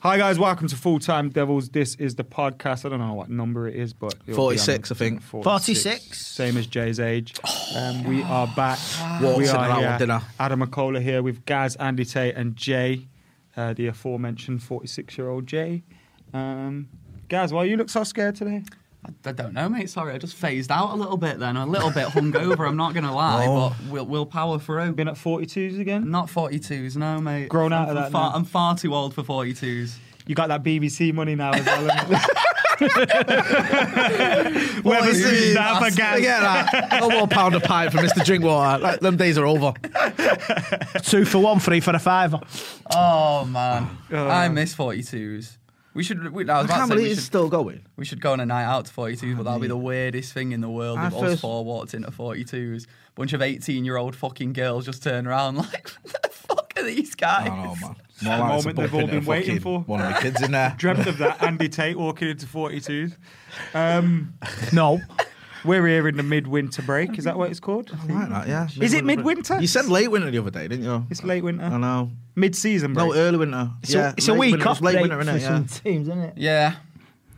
Hi guys, welcome to Full Time Devils. This is the podcast. I don't know what number it is, but it'll be on 46, I think. Oh, 46, 46. same as Jay's age. Um, we are back. Walked we into are that one, here. didn't I? Adam McCullough here with Gaz, Andy Tate, and Jay, uh, the aforementioned forty-six-year-old Jay. Um, Gaz, why you look so scared today? I don't know, mate. Sorry, I just phased out a little bit then. A little bit hungover, I'm not going to lie, but we'll, we'll power through. Been at forty-twos again. Not 42s, no, mate. Grown out of I'm, I'm that Far, now. I'm far too old for 42s. You got that BBC money now as well. innit? Whoever is sees it? that for Gaz? Forget that. No more pound a pint for Mr. Drinkwater. Like, them days are over. Two for one, three for a fiver. Oh, man. I miss 42s. We should. We, I I was about to can't say believe we it's should, still going. we should go on a night out to 42s, but that'll be the weirdest thing in the world I if us first- four walked into 42s. Bunch of 18 year old fucking girls just turn around like, what the fuck are these guys? Oh, The More like it's a moment they've bump all in it, been waiting fucking for. One of the kids in there. Dreamt of that. Andy Tate walking into forty-twos. Um, No. We're here in the midwinter break. Is that what it's called? Like that, yeah. Is it midwinter? You said late winter the other day, didn't you? it's late winter. I know. Mid-season break. No, uh, early winter. It's, yeah, a, it's a late week winter, off Late break winter, for innit? Yeah. some teams, isn't it? Yeah.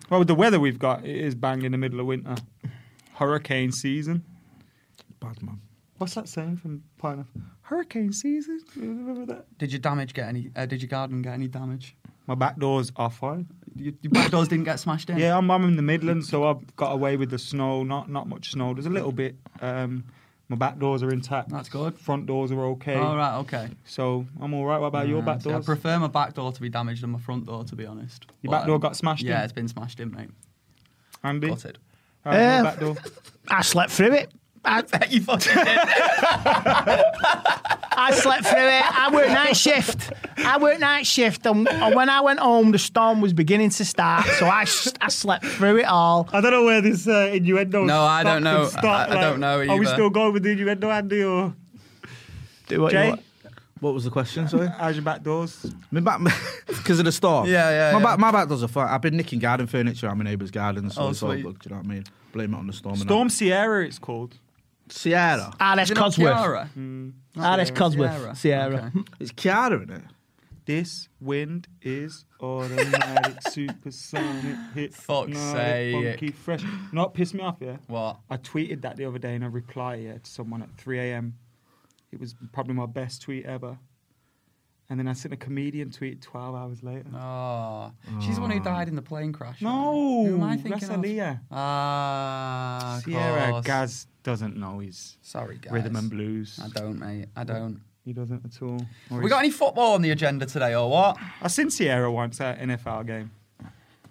well, with the weather we've got, it is bang in the middle of winter. Hurricane season. Bad man. What's that saying from Pineapple? Hurricane season. You Remember that? Did your damage get any? Uh, did your garden get any damage? My back doors are fine. Your, your back doors didn't get smashed in. Yeah, I'm, I'm in the Midlands, so I've got away with the snow. Not not much snow. There's a little bit. Um, my back doors are intact. That's good. Front doors are okay. All Oh, right. Okay. So I'm all right. What about your Uh, back see, I doors? prefer my back door to be damaged than my front door, to be honest. Your back But, door um, got smashed Yeah, in? it's been smashed in, mate. Andy, Got it. How's your Uh, back door? I slept through it. I, you fucking did. I slept through it. I worked night shift. I worked night shift. And, and when I went home, the storm was beginning to start. So I, s- I slept through it all. I don't know where this uh, innuendo. No, I don't stopped and know. I- stopped, I don't know Are we either. still going with the innuendo, Andy, or Do what you Jay? want. What was the question, sorry? How's your back doors? My back, because of the storm. Yeah, yeah, My yeah. back, my back does a fine. I've been nicking garden furniture at my neighbour's garden, so Oh, it's all sweet. good. Do you know what I mean? Blame it on the storm. and Storm Sierra, it's called. that. Sierra. RS Cosworth. Kiara? Mm. RS Cosworth. Ciara. Sierra. It's Kiara, isn't it? This wind is automatic, supersonic, hit, Fuck's hypnotic, sake. funky, fresh. Not piss me off, yeah. What? I tweeted that the other day in a reply yeah, to someone at 3 a.m. It was probably my best tweet ever. And then I sent a comedian tweet 12 hours later. Oh, she's the one who died in the plane crash. No, right? Who am I that's thinking Aaliyah. of? Ah, of Sierra course. Gaz doesn't know his Sorry, guys. rhythm and blues. I don't, mate. I don't. He doesn't at all. Or We he's- got any football on the agenda today, or what? I seen Sierra once at an NFL game.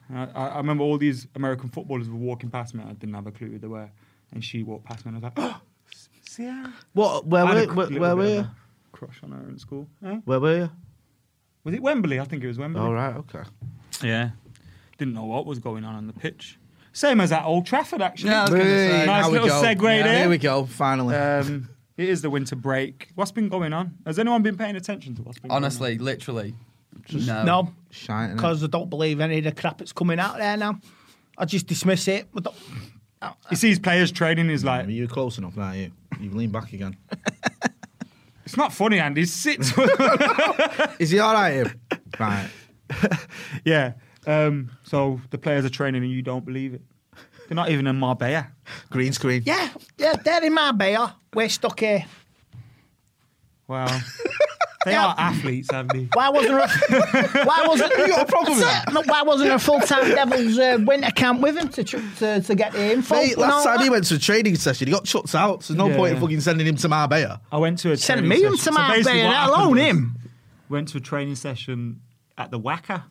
And I, I I remember all these American footballers were walking past me. and I didn't have a clue who they were, and she walked past me, and I was like, "Oh, S- Sierra." What? Where I had were? a quick Where, little where bit were of you? a Crush on her in school. Eh? Where were you? Was it Wembley? I think it was Wembley. All right, okay. Yeah. Didn't know what was going on on the pitch. Same as at Old Trafford, actually. Yeah, I was gonna say. Nice now we little go. segue there. Here we go. Finally. Um, It is the winter break. What's been going on? Has anyone been paying attention to what's been Honestly, literally. no. No, Shite in it. because I don't believe any of the crap that's coming out there now. I just dismiss it. I don't- going on? He sees players training, he's Are like, you close enough now, you? You've leaned back again. it's not funny, Andy. Sit. Is he all right, him? Right. yeah. Um, so the players are training and you don't believe it. They're not even in Marbella. Green screen. Yeah, yeah, they're in my beer. We're stuck here. Wow. They are athletes, Andy. Why wasn't there a, why wasn't you got a problem with that? No, why wasn't there a full time Devils uh, winter camp with him to tr- to, to get the info? Mate, and last all time he that? went to a training session, he got chucked out. So there's no Yeah. point in fucking sending him to Marbella. I went to a Send training me him session. to my basically bay, what let happened alone was, him. Went to a training session at the Wacker,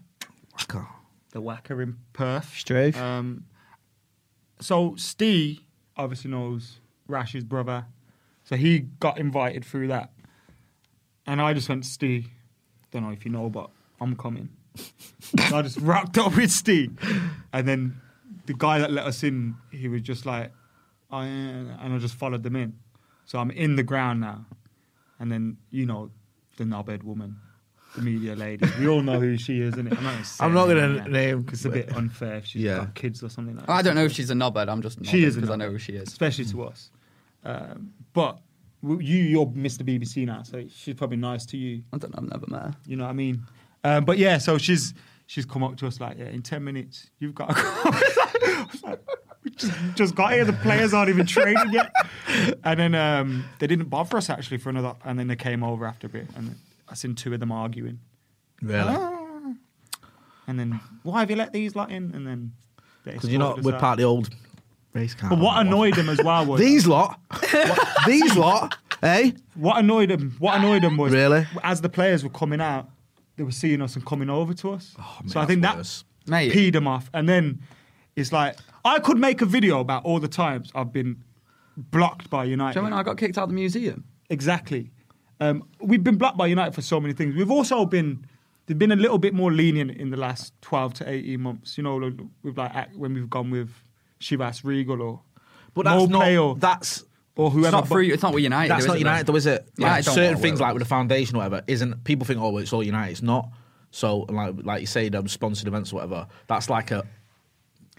the Wacker in Perth. Straight. Um, so Steve obviously knows Rash's brother, so he got invited through that, and I just went Steve. Don't know if you know, but I'm coming. so I just rocked up with Steve, and then the guy that let us in, he was just like, "Oh, I, and I just followed them in. So I'm in the ground now, and then you know the knobhead woman. The media lady. We all know who she is, isn't it? I'm not gonna, say I'm not her gonna yeah. name- 'Cause it's a bit unfair if she's Yeah. got kids or something like that. I don't know if she's a knobhead. I'm just She is a because I knobhead. know who she is. especially to us. Um, but w- you, you're Mr. BBC now, so she's probably nice to you. I don't know. I've never met her. You know what I mean? Um, but yeah, so she's she's come up to us like, yeah, in ten minutes you've got. to come." I was like, we just, just got here. The players aren't even training yet, and then um, they didn't bother us actually for another. And then they came over after a bit, and I seen two of them arguing. Really? And then why have you let these lot in? And then Because you know, we're part of the old race car. But what annoyed them as well was These lot. these lot. Hey? What annoyed them? What annoyed them was Really? as the players were coming out, they were seeing us and coming over to us. Oh, mate, so I think that's that worse. Mate. peed them off. And then it's like I could make a video about all the times I've been blocked by United. Joe and I got kicked out of the museum. Exactly. Um, we've been blocked by United for so many things. We've also been they've been a little bit more lenient in the last twelve to eighteen months. You know, like, with like act- when we've gone with Shivas Regal or But that's Mo not. Play or, that's or whoever. It's not but- free. It's not with United. that's though, not is it, United, though? though, is it? United Like, don't certain work things, well. like with the foundation or whatever, isn't people think, oh, well, it's all United. It's not. So, like, like you say, them sponsored events or whatever, that's like a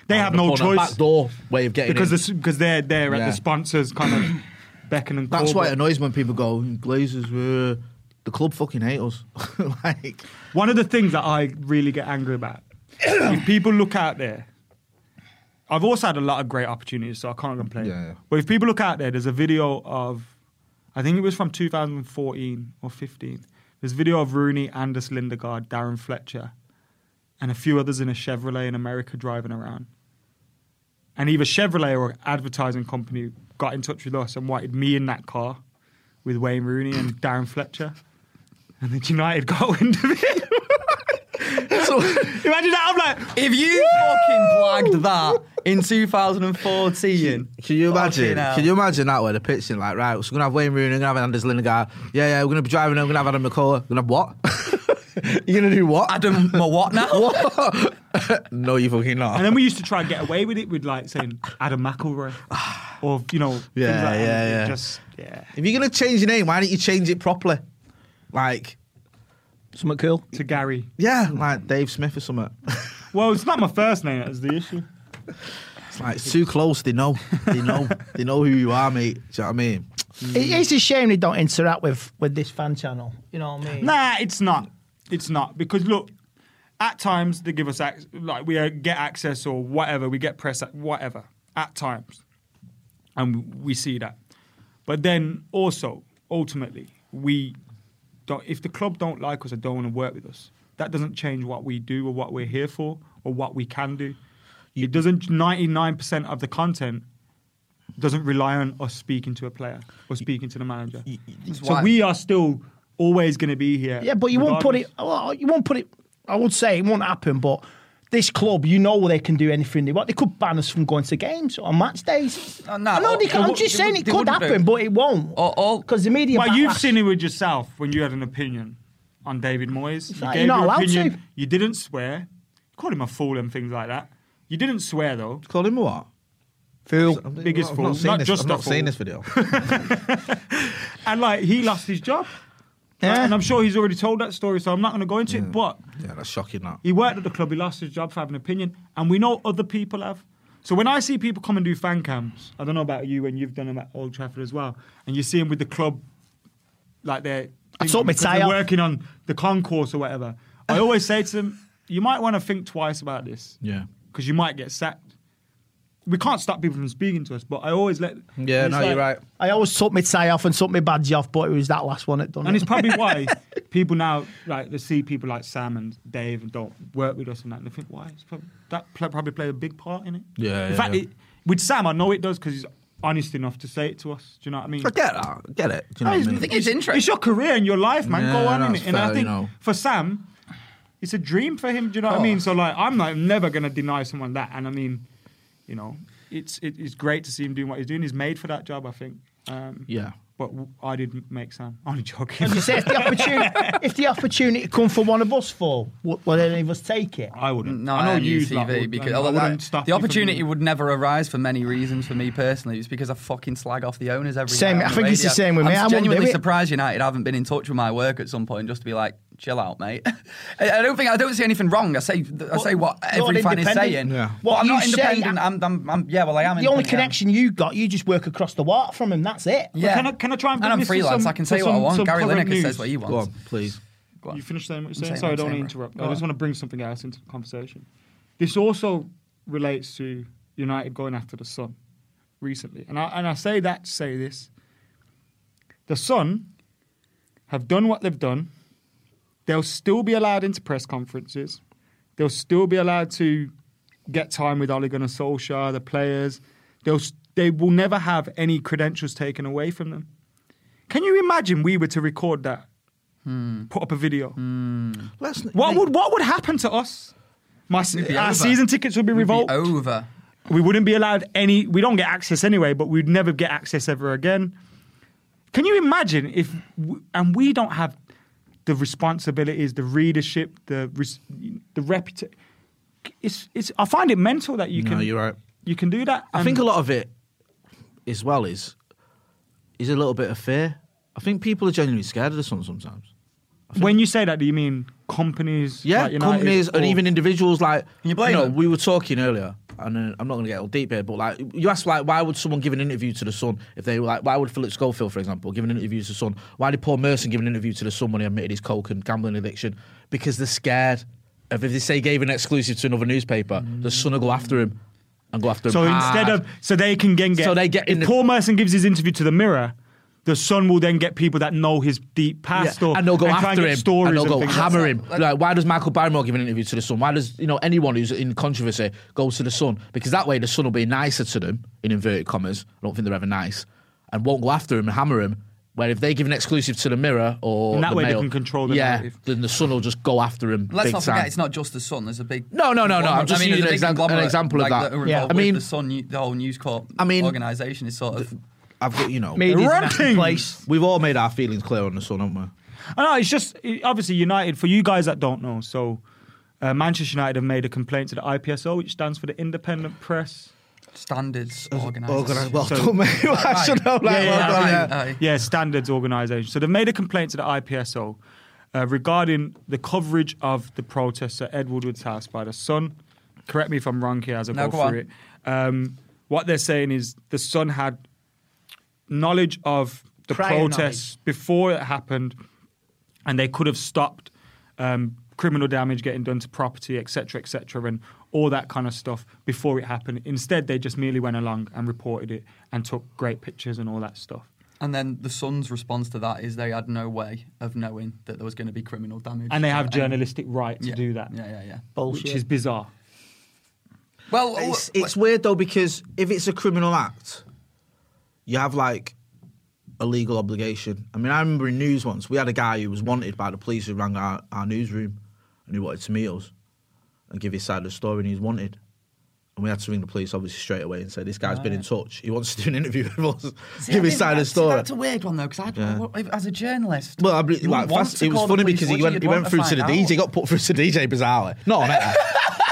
they have no choice. back door way of getting because in. the, because they're they're at Yeah. the sponsors kind of beckon and call. That's why but it annoys me when people go, Glazers were the club fucking hate us. like one of the things that I really get angry about if people look out there. I've also had a lot of great opportunities, so I can't complain. Yeah, yeah. But if people look out there, there's a video of, I think it was from 2014 or 15. There's a video of Rooney, Anders Lindegaard, Darren Fletcher, and a few others in a Chevrolet in America driving around. and either Chevrolet or advertising company got in touch with us and wanted me in that car with Wayne Rooney and Darren Fletcher. And then United got wind of it. so Imagine that. I'm like, If you fucking blagged that in 2014, can you imagine? fucking hell. Can you imagine that where they're pitching like right, so we're gonna have Wayne Rooney, we're gonna have Anders Lindegaard, yeah, yeah, we're gonna be driving, we're gonna have Adam McCullough, we're gonna have what? You're gonna do what? Adam, my what now? what? no, you fucking not. and then we used to try and get away with it with like saying Adam McElroy, or you know, Yeah, things like that. yeah, It yeah. Just yeah, if you're gonna change your name, why don't you change it properly? Like something cool. to Gary. Yeah, like Dave Smith or something. Well, it's not my first name. That's the issue. It's like it's too close. They know. They know. they know who you are, mate. Do you know what I mean? It is a shame they don't interact with with this fan channel. You know what I mean? Nah, it's not. It's not because look, at times they give us ac- like we uh, get access or whatever, we get press ac- whatever at times, and we see that. But then also ultimately we don't. If the club don't like us or don't want to work with us, that doesn't change what we do or what we're here for or what we can do. it doesn't. Ninety nine percent of the content doesn't rely on us speaking to a player or speaking to the manager. So why- we are still always going to be here. Yeah, but you won't put it. regardless. Well, you won't put it. I would say it won't happen, but. This club, you know, they can do anything they want. They could ban us from going to games on match days. Uh, no, I know they they can, I'm wou- just they saying wou- it they could wouldn't do. happen, but it won't. All- all- because the media. Well, you've backlash- seen it with yourself when you had an opinion on David Moyes. You like gave you're not your allowed opinion. to. You didn't swear. You called him a fool and things like that. You didn't swear though. Call him what? Fool. I'm doing- Biggest I've fool. Not, seen Not this, just I've a not fool. seen this video. And like he lost his job. Right? Yeah. And I'm sure he's already told that story, so I'm not going to go into it. But yeah, that's shocking. That. he worked at the club, he lost his job for having an opinion, and we know other people have. So when I see people come and do fan cams, I don't know about you, and you've done them at Old Trafford as well, and you see them with the club, like they're, I sort my because they're tie up. working on the concourse or whatever. I always say to them, you might want to think twice about this. Yeah. Because you might get sacked. We can't stop people from speaking to us, but I always let. Yeah, it's no, like- you're right. I always took my tie off and took my badge off, but it was that last one that done And it. it's probably why people now like they see people like Sam and Dave and don't work with us and that, and they think why it's probably, that pl- probably played a big part in it. Yeah, In yeah, fact, yeah. It, with Sam, I know it does because he's honest enough to say it to us. Do you know what I mean? I get that. I get it. Do you know what I I mean? think it's interesting. It's your career and your life, man. Go Yeah, on in that's it. And I fair, think you know. for Sam, it's a dream for him. Do you know what Oh. I mean? So like, I'm like never gonna deny someone that. And I mean, you know, it's it, it's great to see him doing what he's doing. He's made for that job, I think. Um, Yeah. But w- I didn't make Sam. Only joking. You say if the opportunity, if the opportunity come for one of us, for would, would any of us take it? I wouldn't. No, I know you TV because I although wouldn't that- stop the you from opportunity doing it. would never arise for many reasons for me personally. It's because I fucking slag off the owners every Same, night on I think it's the radio. same with I'm me. I wouldn't do genuinely it. surprised United haven't been in touch with my work at some point just to be like, chill out, mate. I I don't think I don't see anything wrong. I say I say what you're every fan is independent. saying. Yeah. Well, What I'm you not say, independent. I- I'm, I'm, I'm yeah. Well, I am. The only independent, connection you got, you just work across the water from him. That's it. Yeah. Can I- can I try and And bring I'm this to freelance. some- I can to say what I some- want. some Gary current Lineker says news? what he wants. Go on, please. Go on. You finished saying what you're I'm saying? saying Sorry, I I'm don't want to saying, interrupt. bro. I just want to bring something else into the conversation. This also relates to United going after the Sun recently. And I, and I say that to say this. The Sun have done what they've done. They'll still be allowed into press conferences. They'll still be allowed to get time with Ole Gunnar Solskjaer, the players. They'll, s- they will never have any credentials taken away from them. Can you imagine we were to record that? Put up a video. Let's. n- What would what would happen to us? My, se- We'd be our over. season tickets would be It'd be revoked. over. we wouldn't be allowed any. We don't get access anyway, but we'd never get access ever again. Can you imagine if w- and we don't have the responsibilities, the readership, the res, the reputation? It's it's. I find it mental that you No, can. you're right. You can do that. I And think a lot of it, as well, is is a little bit of fear. I think people are genuinely scared of the sun sometimes. when you say that, do you mean companies? Yeah, like United, companies and or- even individuals like you blame know, them? we were talking earlier, and uh, I'm not going to get all deep here, but like you asked, like why would someone give an interview to the Sun if they were like why would Philip Schofield, for example, give an interview to the Sun? Why did Paul Merson give an interview to the Sun when he admitted his coke and gambling addiction? Because they're scared of if they say he gave an exclusive to another newspaper, the Sun will go after him and go after him. So hard. instead of so they can then get Ah. So they get if in the- Paul Merson gives his interview to the Mirror, the Sun will then get people that know his deep Yeah, past or and they'll go try after and get him. stories and they'll go things hammer like him. Like, why does Michael Barrymore give an interview to the Sun? Why does you know anyone who's in controversy go to the Sun? Because that way the Sun will be nicer to them in inverted commas. I don't think they're ever nice, and won't go after him and hammer him. Where if they give an exclusive to the Mirror or And that the way they Mail, can control the yeah, narrative. then the Sun will just go after him. Let's big not time. forget, it's not just the Sun. There's a big No, no, no, no, I I'm just mean, using an there's a big exam- an conglomerate, example of like, that. are Yeah. involved I with mean- the Sun, you- the whole News Corp. I mean- organisation is sort of. I've got you know. Media's in that Ranting. place. We've all made our feelings clear on the Sun, haven't we? that. I know it's just it- obviously United for you guys that don't know. So uh, Manchester United have made a complaint to the IPSO, which stands for the Independent Press. standards Organised. organised. Well done, mate. I should know. Like, Yeah, yeah, well done, yeah. yeah. Aye. Yeah, standards organisation. So they've made a complaint to the IPSO uh, regarding the coverage of the protests at Ed Woodward's house by the Sun. Correct me if I'm wrong here as I No, go, go through on. it. Um, what they're saying is the Sun had knowledge of the Prior protests before it happened, and they could have stopped um, criminal damage getting done to property, etc., etc., and all that kind of stuff before it happened. Instead, they just merely went along and reported it and took great pictures and all that stuff. And then the Sun's response to that is they had no way of knowing that there was going to be criminal damage. And they have And- journalistic right to yeah, do that, Yeah, yeah, yeah. which is bizarre. Well, it's, it's weird though because if it's a criminal act, you have like a legal obligation. I mean, I remember in news once we had a guy who was wanted by the police who rang our, our newsroom and who wanted to meet us and give his side of the story, and he was wanted. And we had to ring the police obviously straight away and say this guy's been in touch. He wants to do an interview with us. See, give I his side of think the that's- story. That's a weird one though, because as a journalist, Well, I, believe- you like, wouldn't want fast- to it was call the funny police, because would he you? went, You'd he want went to through to the find DJ, out. got put through to DJ bizarrely. Not on air.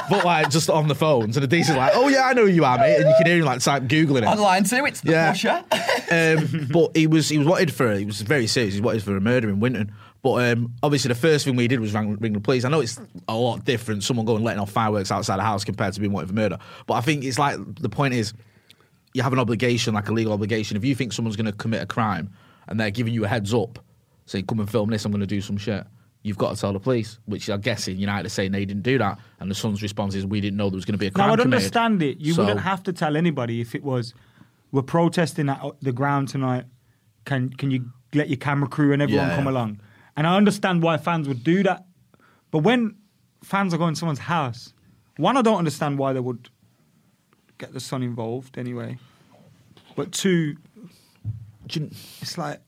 but like just on the phones. And Adesi's like, oh yeah, I know who you are, mate. And you can hear him like type Googling it. Online too, it's the Yeah. washer. um, but he was he was wanted for he was very serious. He was wanted for a murder in Winton. But um, obviously, the first thing we did was ring, ring the police. I know it's a lot different. Someone going letting off fireworks outside the house compared to being wanted for murder. But I think it's like the point is, you have an obligation, like a legal obligation. If you think someone's going to commit a crime and they're giving you a heads up, saying come and film this, I'm going to do some shit. You've got to tell the police, which I'm guessing United are saying they didn't do that, and the Sun's response is we didn't know there was going to be a crime. Now, I'd committed." understand it. You So- wouldn't have to tell anybody if it was, we're protesting at the ground tonight. Can can you let your camera crew and everyone Yeah, come yeah. along? And I understand why fans would do that. But when fans are going to someone's house, one, I don't understand why they would get the son involved anyway. But two, Do you- it's like,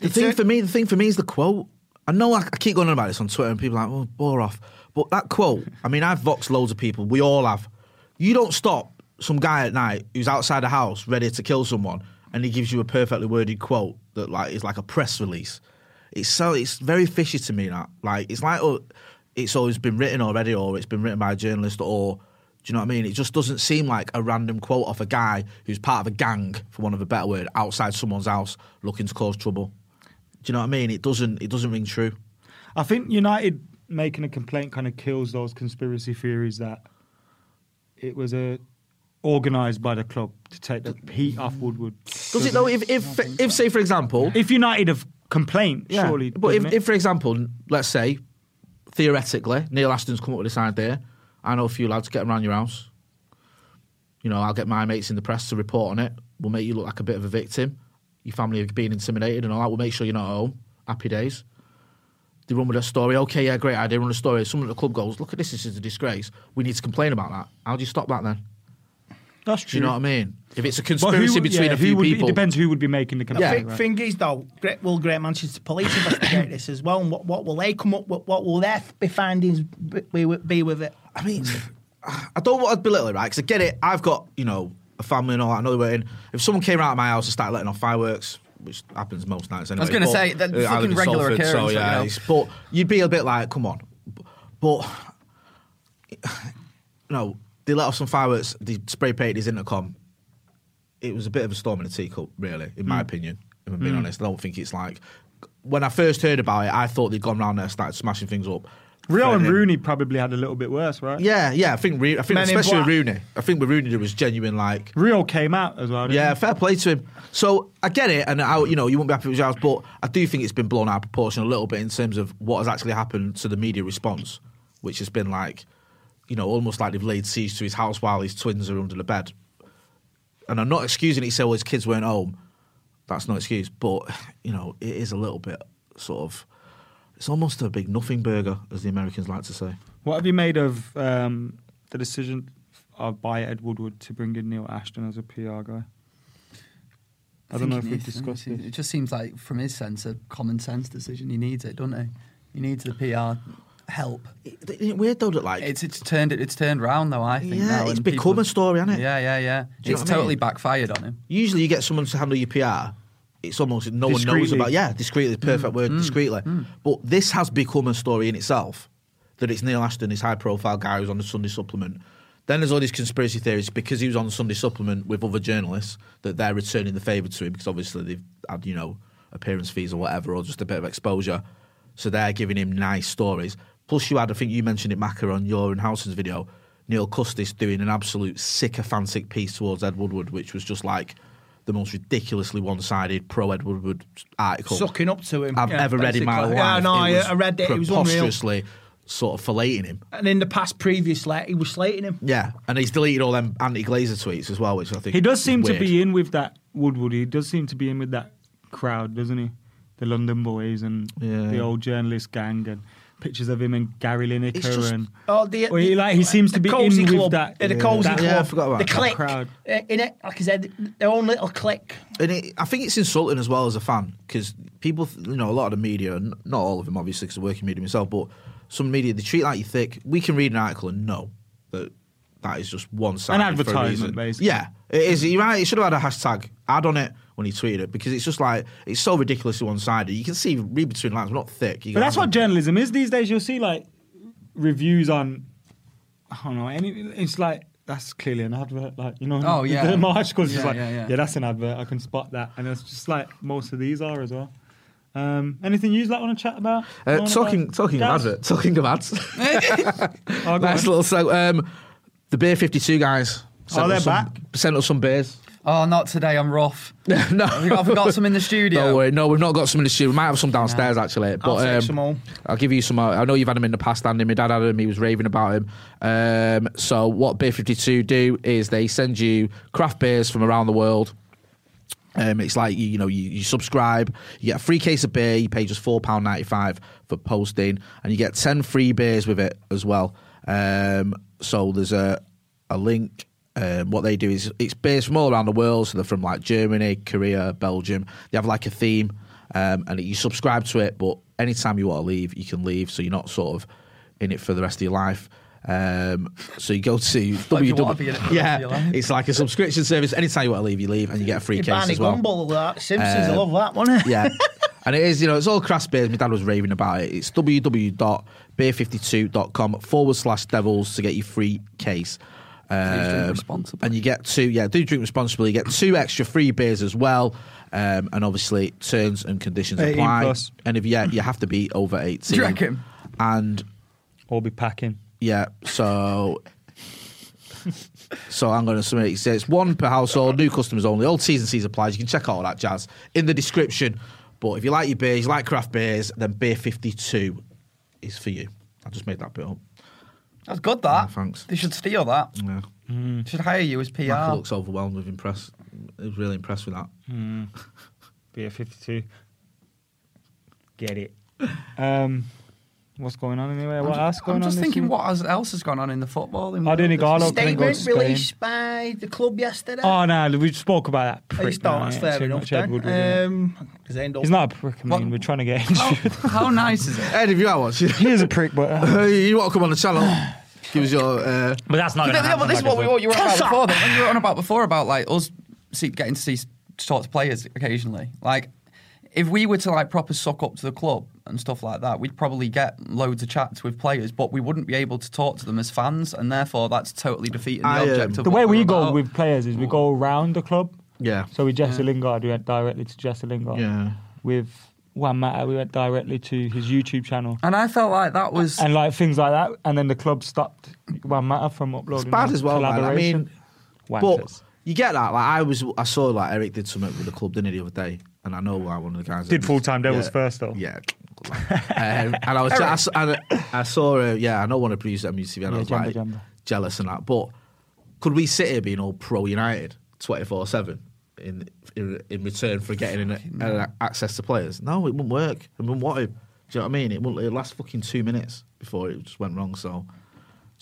The thing for me, the thing for me is the quote. I know I, I keep going on about this on Twitter, and people are like, "Oh, bore off." But that quote, I mean, I've voxed loads of people. We all have. You don't stop some guy at night who's outside the house ready to kill someone, and he gives you a perfectly worded quote that like is like a press release. It's so it's very fishy to me. That like it's like oh, it's always been written already, or it's been written by a journalist, or do you know what I mean? It just doesn't seem like a random quote off a guy who's part of a gang, for want of a better word, outside someone's house looking to cause trouble. Do you know what I mean? It doesn't. It doesn't ring true. I think United making a complaint kind of kills those conspiracy theories that it was a organised by the club to take the heat off Woodward. Does it though? If if if say for example, If United have complained, Yeah. surely. But if, doesn't if, it? for example, let's say, theoretically, Neil Ashton's come up with this idea. I know a few lads get around your house. You know, I'll get my mates in the press to report on it. We'll make you look like a bit of a victim. Your family are being intimidated and all that. We'll make sure you're not at home. Happy days. They run with a story. Okay, yeah, great idea. Run a story. Someone at the club goes, look at this. This is a disgrace. We need to complain about that. How do you stop that then? that's Do true. you know what I mean? If it's a But who conspiracy would- between yeah, a who few would be- people, It depends who would be making the The Yeah. complaint. big right? thing is, though, Great, will Great Manchester Police investigate this as well? And what, what will they come up with? What will their be findings be, be, with- be with it? I mean, I don't want to belittle it, right? Because I get it. I've got, you know, a family and all that. Another way in. If someone came out of my house and started letting off fireworks, which happens most nights anyway. gonna but- say, that Uh, I fucking live in regular Salford, occurrence, So, like, yeah, you know. it's- but you'd be a bit like, come on. But, no, they let off some fireworks. They spray painted his intercom. It was a bit of a storm in a teacup, really, in my Mm. opinion. If I'm being honest, I don't think it's like. When I first heard about it, I thought they'd gone round there and started smashing things up. Rio and Threatening- Rooney probably had a little bit worse, right? yeah, yeah. I think, Re- I think Men in especially with Black. Rooney. I think with Rooney, there was genuine like, Rio came out as well. didn't yeah, he? fair play to him. So I get it, and I, you know, you won't be happy with yours, but I do think it's been blown out of proportion a little bit in terms of what has actually happened to the media response, which has been like, you know, almost like they've laid siege to his house while his twins are under the bed. And I'm not excusing it. Say, well, his kids weren't home. That's no excuse, but you know, it is a little bit sort of. It's almost a big nothing burger, as the Americans like to say. What have you made of um, the decision of by Ed Woodward to bring in Neil Ashton as a PR guy? I don't know if Thinking we've this, discussed it. this. It just seems like, from his sense, a common sense decision. He needs it, doesn't he? He needs the PR help. It, it, it weird though that like It's it's turned it's turned round though. I think. Yeah, now, it's and become a story, hasn't it? Yeah, yeah, yeah. Do you know what I It's mean? totally backfired on him. usually you get someone to handle your PR. It's almost no one knows Discreetly. about. Yeah, discreetly, perfect word, discreetly. But this has become a story in itself that it's Neil Ashton, this high-profile guy who's on the Sunday Supplement. Then there's all these conspiracy theories because he was on the Sunday Supplement with other journalists that they're returning the favour to him because obviously they've had you know appearance fees or whatever or just a bit of exposure, so they're giving him nice stories. Plus, you had I think you mentioned it, Macker, on your and Housen's video. Neil Custis doing an absolute sycophantic piece towards Ed Woodward, which was just like the most ridiculously one-sided pro Ed Woodward article Sucking up to him. I've Yeah, ever read in my life. basically. Yeah, no, I, was I read it. It was unreal. preposterously sort of filleting him. And in the past, previously, he was slating him. Yeah, and he's deleted all them anti-Glazer tweets as well, which I think He does seem is to weird. be in with that Woodward. He does seem to be in with that crowd, doesn't he? The London boys and Yeah. the old journalist gang and pictures of him and Gary Lineker It's just- and Oh, the, Well, he, like he seems to be the in cozy with club, that. uh, The cozy that- club. Yeah, I forgot about the that. click. Crowd. Uh, In it, like I said, their own little click. And it, I think it's insulting as well as a fan because people, th- you know, a lot of the media, n- not all of them obviously, because I work in media myself, but some media they treat like you thick. We can read an article and know that that is just one side. advertisement, basically. Yeah, it is. You're right. It should have had a hashtag ad on it when he tweeted it because it's just like it's so ridiculously one sided. You can see read between the lines. We're not thick. You But can that's have what them. journalism is these days. You'll see like reviews on I don't know. Any, it's like that's clearly an advert. Like you know, Oh, yeah. the, my articles Yeah, just like yeah, yeah, yeah. that's an advert. I can spot that, and it's just like most of these are as well. Um, anything you like want to chat about? Uh, Wanna talking about? talking of Guys? advert, talking of ads. Oh, go nice on. little so um, the beer fifty two guys. Oh, sent they're us some, back? Sent us some beers. Oh, not today. I'm rough. no, Have we got, have we got some in the studio? Don't worry. No, we've not got some in the studio. We might have some downstairs actually. But I'll take um, some home. I'll give you some. uh, I know you've had them in the past, Andy. My dad had them. He was raving about him. Um, so what Beer Fifty Two do is they send you craft beers from around the world. Um, it's like you, you know you, you subscribe, you get a free case of beer. You pay just four pound ninety five for posting, and you get ten free beers with it as well. Um, so there's a a link. Um, what they do is it's beers from all around the world. So they're from like Germany, Korea, Belgium. They have like a theme, um, and you subscribe to it. But anytime you want to leave, you can leave. So you're not sort of in it for the rest of your life. Um, so you go to Like, you www. wanna be in it for the rest of your yeah, life. it's like a subscription service. Anytime you want to leave, you leave, and you get a free case Barney as well. Gumble, that. Simpsons, I Um, love that, wasn't it? Yeah. and it is, you know, it's all crass beers. My dad was raving about it. It's www.beer52.com forward slash devils to get your free case. Please drink Um, responsibly. and you get two, yeah, do drink responsibly. You get two extra free beers as well. Um, and obviously, terms and conditions 18 apply. plus. And if yeah, you have to be over 18. Do you reckon? And I'll be packing. yeah, so so I'm going to submit. It says one per household, new customers only. Old T's and C's applies. You can check out all that jazz in the description. But if you like your beers, you like craft beers, then beer 52 is for you. I just made that bit up. That's good. Yeah, That thanks. They should steal that. Yeah. Mm. They should hire you as PR. Michael looks overwhelmed with impressed. He was really impressed with that. Hmm. Beer 52. Get it. Um, what's going on anyway? I'm what ju- else going I'm just on? this thinking week? what has- else has gone on in the football. in- Oh, didn't he go on? Can I go to Statement Spain? released by the club yesterday. Oh no, we spoke about that. I Prick, just thought that's mate. fair Too enough. much Edward with Then. him. Um, 'cause they end up- He's not a prick. I mean, What? we're trying to get injured. Oh, How nice is it? Ed, if you are watching, he is a prick, but uh, you want to come on the channel, give us your. Uh, but that's not. Yeah, gonna yeah, happen, but this is like I what we said. what you were on about before. Then. When you were on about before about like us see, getting to see s- sorts of players occasionally. Like if we were to like proper suck up to the club and stuff like that, we'd probably get loads of chats with players, but we wouldn't be able to talk to them as fans, and therefore that's totally defeating the I, um, object of The what way we're we go about. with players is we go around the club. yeah. So we Jesse Lingard, we went directly to Jesse Lingard. Yeah. With Juan Mata, we went directly to his YouTube channel. And I felt like that was and like things like that. And then the club stopped One Matter from uploading. It's bad their as well, man. I collaboration. mean, Wankers. But you get that. Like I was, I saw like Eric did something with the club didn't he, the other day, and I know like, one of the guys Did full-time Devils Yeah. first, though. Yeah. um, and I was, I, saw- and I saw, uh, yeah, I know one of the producers at MUTV, and I Yeah, was Jumbo like Jumbo. jealous and that. But could we sit here being all pro United twenty four seven in in in return for getting an, an access to players? No, it wouldn't work. I mean, what? if- Do you know what I mean? It wouldn't. It last fucking two minutes before it just went wrong. So, do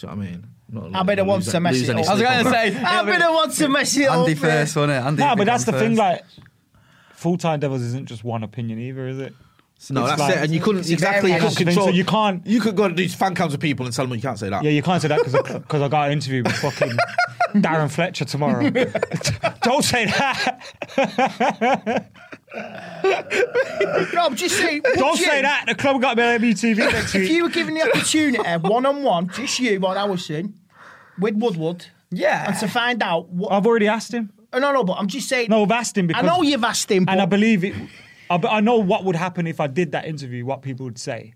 you know what I mean? I'm not I'll be the gonna one lose- to mess lose it any up. I was sleep gonna over it. say I've been the one to mess it Andy up. first, mate. wasn't it? Andy no, if we but that's come the thing. first. Like full-time Devils isn't just one opinion either, is it? No, It's that's like- it. And you couldn't it's exactly you very couldn't much- control. So you can't- You could go to these fan cams of people and tell them you can't say that. Yeah, you can't say that because I got an interview with fucking Darren Fletcher tomorrow. Don't say that. Rob, just say. Don't say that. The club got me on MTV next If week. you were given the opportunity, one on one, just you on Allison, with Woodward, Yeah. and to find out what. I've already asked him. Oh, no, no, but I'm just saying. No, I've asked him I because know you've asked him, but and I believe it. I, be- I know what would happen if I did that interview, what people would say.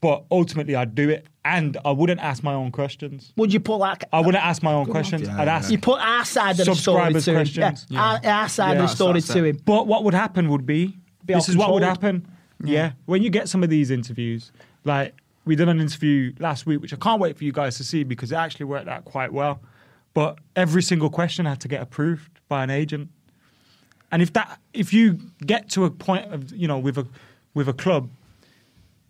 But ultimately, I'd do it, and I wouldn't ask my own questions. would you put like I wouldn't ask my own questions. Yeah, I'd yeah. ask. you put our side of the story Subscribers' to him? questions. Yeah, Our, our side of Yeah. the story That's- that's to it. him. But what would happen would be this is what would controlled. happen. Yeah. When you get some of these interviews, like we did an interview last week, which I can't wait for you guys to see because it actually worked out quite well. But every single question had to get approved by an agent. And if that if you get to a point of you know with a with a club,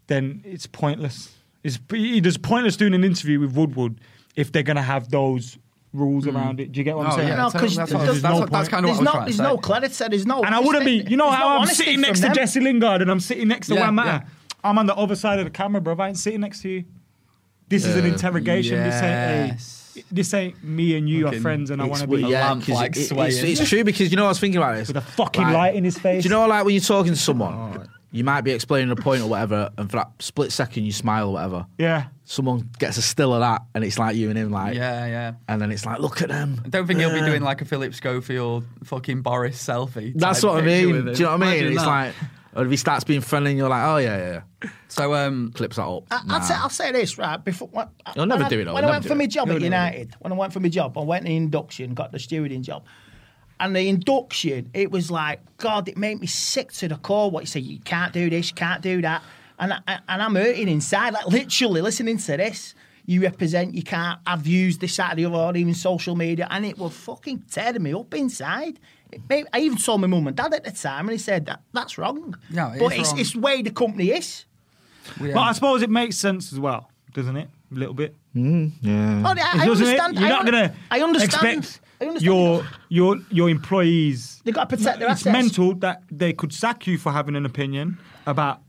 then it's pointless. It's it is pointless doing an interview with Woodward if they're gonna have those rules around it. Do Hmm. you get what I'm Oh, saying? yeah, No, 'cause totally. that's, there's what- no that's what- point. that's kind of There's what I was no, trying to there's say. no clarity. There's no. And I wouldn't be. You know there's how no I'm honesty sitting from next to them. Jesse Lingard and I'm sitting next to Yeah, Juan yeah. Mata. I'm on the other side of the camera, bruv. I ain't sitting next to you. This is an interrogation. Yes. This ain't a, this ain't me and you Fucking- are friends and I want to be. Well, The lamp, 'cause like, it- it- swaying. it's, it's true because you know I was thinking about this With a fucking light in his face. Oh, Do you know like when you're talking to someone You might be explaining a point or whatever, and for that split second you smile or whatever. Yeah. Someone gets a still of that, and it's like you and him, like, Yeah, yeah. And then it's like, look at them. I don't think he'll be doing like a Philip Schofield fucking Boris selfie. That's type what I picture mean. with Do him. you know what I mean? Imagine It's that. like, or if he starts being friendly, and you're like, oh yeah, yeah, yeah. so. Um, clips that up. I, I'll, say, I'll say this right before. When, You'll never when I, do it, though. When You'll I never went for do my it. job You'll never at do United, when I went for my job, I went to induction, got the stewarding job, and the induction, it was like God, it made me sick to the core. What you say, you can't do this, you can't do that, and I, I- and I'm hurting inside, like literally listening to this. You represent, you can't. I've used this, that, or the other, or even social media, and it was fucking tearing me up inside. It made, I even told my mum and dad at the time, and he said that that's wrong. No, it but is it's wrong. it's the way the company is. yeah. But I suppose it makes sense as well, doesn't it? A little bit. Oh, I, I Doesn't it? understand. You're I not un- going to I understand. expect I understand. your your your employees. They've got to protect their It's assets. mental that they could sack you for having an opinion about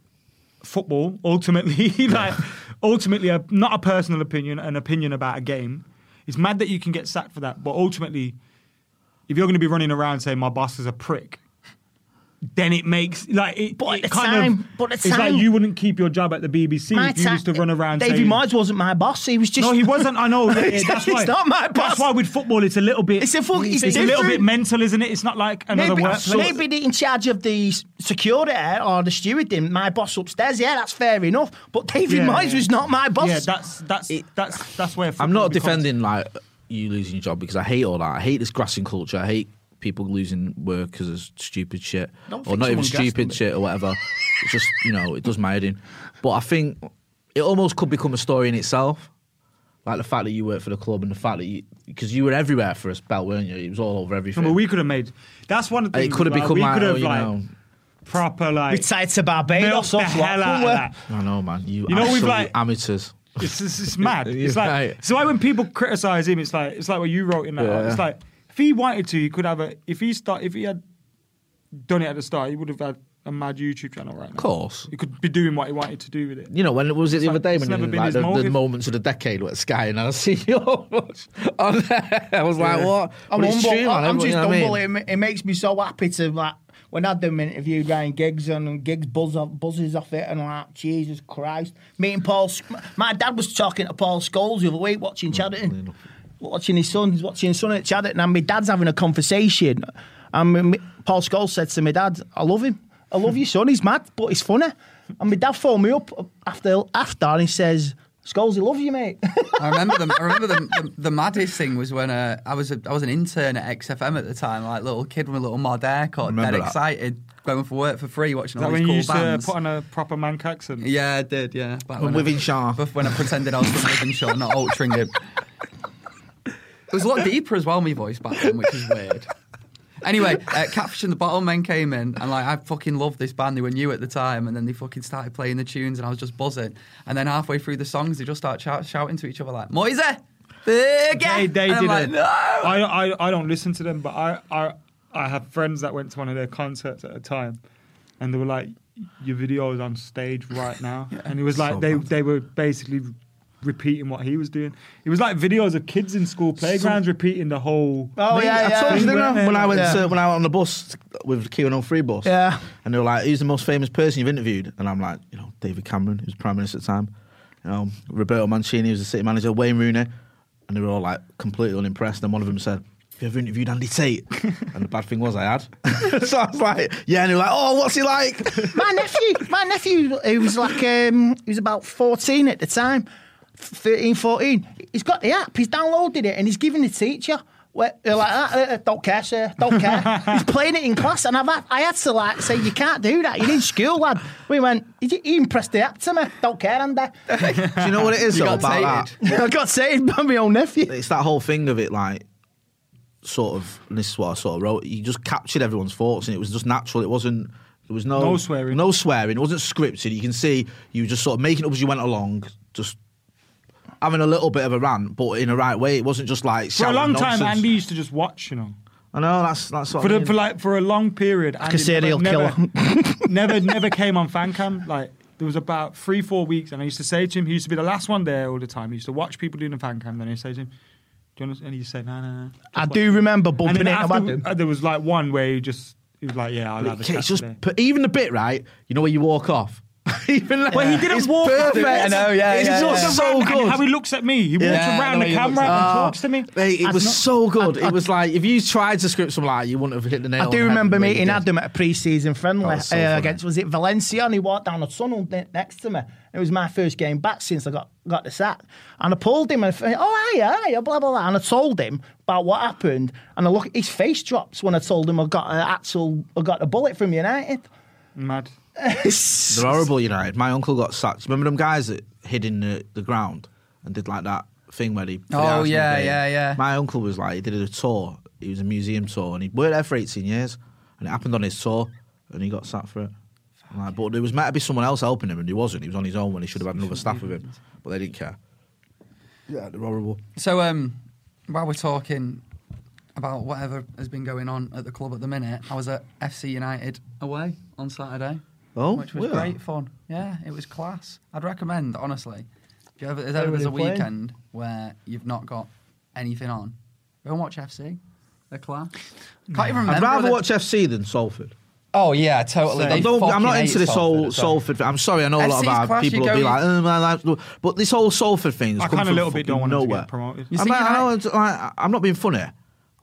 football. Ultimately, like ultimately, a, not a personal opinion, an opinion about a game. It's mad that you can get sacked for that, but ultimately, if you're going to be running around saying my boss is a prick. Then it makes like it, But at it the kind time- of but at the it's time- like you wouldn't keep your job at the BBC My if you ta- used to run around. Davy saying, Moyes wasn't my boss. He was just. no, he wasn't. I know. Yeah, yeah, that's It's why. not my boss. That's why with football, it's a little bit. It's a fuck- it's a little different. bit mental, isn't it? It's not like another Maybe, workplace. maybe they in charge of the s- security or the stewarding. My boss upstairs. Yeah, that's fair enough. But David Yeah, Moyes yeah. was not my boss. Yeah, that's that's that's that's where. I'm not football becomes- defending like you losing your job because I hate all that. I hate this grassing culture. I hate people losing work because of stupid shit Don't or think not even someone gassed stupid them. shit or whatever. it's just you know it does my head in. But I think it almost could become a story in itself. Like the fact that you worked for the club and the fact that you, because you were everywhere for us, belt, weren't you? It was all over everything. No, but we could have made. That's one of the And things. it could have like, become we like, could oh, have you like know, proper like. Retired to milked Barbados. the or what? hell out of that. I know, man. You, You know, we've, absolute like- amateurs. It's, it's, it's mad. It's like Right. so. Why when people criticize him, it's like it's like what you wrote in that. Yeah. article. It's like if he wanted to, he could have a. If he start, if he had done it at the start, he would have had a mad YouTube channel right now. Of course. he could be doing what he wanted to do with it. you know, when it was it the like- other day it's when never you, been like his the, the motive. moments of the decade with Sky, and I see you on there. I was like, what? I'm But it's humble. true, man. I'm Everyone- just you know what I humble. mean? It, ma- it makes me so happy to like when I them interviewed Ryan Giggs and, and Giggs buzz off, buzzes off it and I'm like Jesus Christ. Meeting Paul, Sc- my dad was talking to Paul Scholes the other week watching Chadderton, watching his son. He's watching his son at Chadderton, and my dad's having a conversation. And my- my- Paul Scholes said to my dad, "I love him. I love your son. He's mad, but he's funny." And my dad phoned me up after after and he says, "Scholes, he loves you, mate." I remember the I remember the, the, the maddest thing was when uh, I was a, I was an intern at XFM at the time, like little kid with a little mod haircut, Remember dead that. excited, going for work for free, watching Is that all when these you cool used bands. to uh, put on a proper Manc accent? yeah, I did. Yeah, back From when I- Within Shaw. bef- when I pretended I was from Withenshaw, not Altrincham. It was a lot deeper as well, my voice back then, which is weird. Anyway, uh, Catfish and the Bottlemen came in, and like I fucking loved this band. They were new at the time, and then they fucking started playing the tunes, and I was just buzzing. And then halfway through the songs, they just start shout- shouting to each other like "Moise, Bigger!" They, they and I'm did like, it. "No!" I, I, I don't listen to them, but I, I, I have friends that went to one of their concerts at a time, and they were like, "Your video is on stage right now," and it was like they, they were basically repeating what he was doing. It was like videos of kids in school playgrounds repeating the whole. oh yeah, I told you, didn't I? When I went Yeah. to, when I went on the bus with the Q103 bus, Yeah. and they were like, "Who's the most famous person you've interviewed?" And I'm like, you know, David Cameron, who's prime minister at the time, you know, Roberto Mancini, who's the city manager, Wayne Rooney, and they were all like completely unimpressed. And one of them said. Have you ever interviewed Andy Tate? and the bad thing was I had. so I was like, yeah, and they were like, oh, what's he like? my nephew, my nephew, he was like, um, he was about 14 at the time, 13, 14. He's got the app, he's downloaded it, and he's giving the teacher. Where, they're like, "Ah, uh, uh, don't care, sir, don't care. he's playing it in class, and I've had, I had to like say, you can't do that. You're in school, lad. We went, he, he impressed the app to me. Don't care, Andy. Do you know what it is You though got about that? tated. I got saved by my own nephew. It's that whole thing of it, like sort of. And this is what I sort of wrote. You just captured everyone's thoughts, and it was just natural. It wasn't. There was no No swearing. No swearing. It wasn't scripted. You can see you were just sort of making it up as you went along, just having a little bit of a rant, but in the right way. It wasn't just like For a shouting long time, nonsense. Andy used to just watch, you know. I know that's that's what For, I the, mean. for like for a long period, like a serial never, never came on fan cam. Like there was about three, four weeks, and I used to say to him, he used to be the last one there all the time. He used to watch people doing the fan cam. Then I used to say to him, "Do you understand?" And he used to say, "No, no, no." I do remember And bumping then into after, Adam. uh, there was like one where he just He was like, "Yeah, I'll have a It's chat just today. per- even the bit right. You know where you walk off. even like, Well, he didn't it's walk off. Perfect. I know, yeah, It's yeah, just yeah. so And good. How he looks at me. He walks Yeah, around the the way he camera and looks. talks ah. to me. Mate, Uh, it I've was not- so good. it was like if you tried to script something like that, you wouldn't have hit the nail. I on the do head remember the way you meeting did. Adam at a pre-season friendly was so uh, funny. against was it Valencia, and he walked down the tunnel ne- next to me. It was my first game back since I got got the sack, and I pulled him and I thought, oh hiya, hiya, blah blah blah, and I told him about what happened, and I look, his face drops when I told him I got an actual, I got a bullet from United. Mad. They're horrible, United. My uncle got sacked. Remember them guys that hid in the, the ground and did like that thing where they. for the Oh, Arsenal yeah, game? yeah, yeah. My uncle was like, he did a tour. He was a museum tour and he worked there for 18 years and it happened on his tour and he got sacked for it. I'm Like, but there was meant to be someone else helping him and he wasn't. He was on his own when he should have had another staff with him, but they didn't care. Yeah, they're horrible. So, um, while we're talking about whatever has been going on at the club at the minute, I was at FC United away on Saturday. Oh, which was were you? great fun. Yeah, it was class. I'd recommend, honestly. If you ever, if Where ever were there's a they playing? weekend where you've not got anything on, go and watch FC. They're class. Can't even remember. I'd rather the- watch FC than Salford. Oh yeah, totally. I They don't, I'm fucking not hate into this whole so- Salford thing. I'm sorry, I know a lot FC of 's our class, people you will go- be like, oh, my life's good." but this whole Salford thing has I come kinda from little bit fucking don't want them to nowhere. get promoted. You I'm, see, like, I I- know, it's like, I'm not being funny.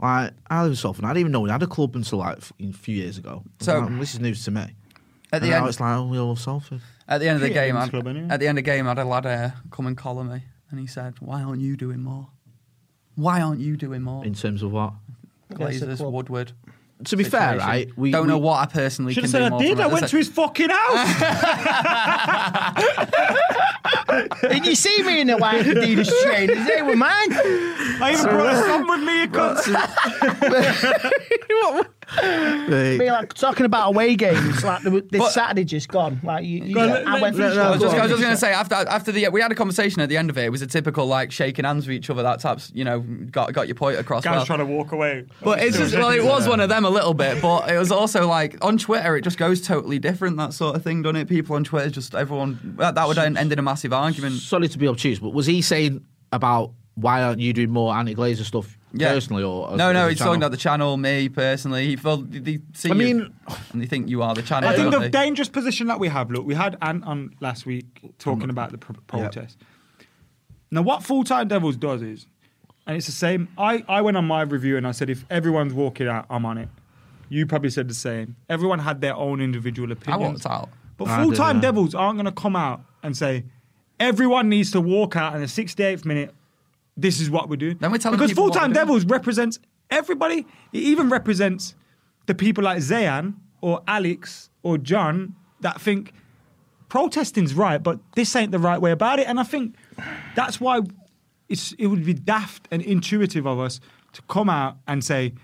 Like, I live in Salford. I didn't even know we had a club until like a few years ago. So- So this is news to me. At the and end, now it's like, oh, we all love Salford. At the end of the Yeah, game, Men's I'd- Club, anyway. at the end of the game, I had a lad uh, come and collar me, and he said, "Why aren't you doing more? Why aren't you doing more?" In terms of what? Glazers, Woodward. To be fair, situation. right? We don't we- know what I personally Should have can said do I more did. from it. I went That's to it. his fucking house. Did you see me in the white Adidas train? They were mine. I even brought a son with me. You cunt. Hey, Be like talking about away games, like the, this Saturday just gone. Like you, you on, I went. let- for let- I was just, Go I on. was just going to say after after the we had a conversation at the end of it. It was a typical like shaking hands with each other. That types you know got got your point across. Guys well. trying to walk away. But it's just well, it was one of them a little bit, but it was also like on Twitter, it just goes totally different that sort of thing, doesn't it? People on Twitter, just everyone that, that would end end in a massive argument. sorry to be obtuse, but was he saying about why aren't you doing more anti-glazer stuff personally or as- no, as no, a he's talking channel? about the channel. Me personally, he felt they- they see I you mean- and they think you are the channel. I think don't the they? dangerous position that we have. Look, we had Ant on last week talking about the pro- protest. Now, what full time Devils does is, and it's the same. I, I went on my review and I said, if everyone's walking out, I'm on it. You probably said the same. Everyone had their own individual I opinion. walked out. But I full time did, yeah. Devils aren't going to come out and say, everyone needs to walk out in the 68th minute. This is what we do. Then we're telling because people full what time we're doing. Devils represents everybody. It even represents the people like Zayan or Alex or John that think protesting's right, but this ain't the right way about it. And I think that's why it's it would be daft and intuitive of us to come out and say,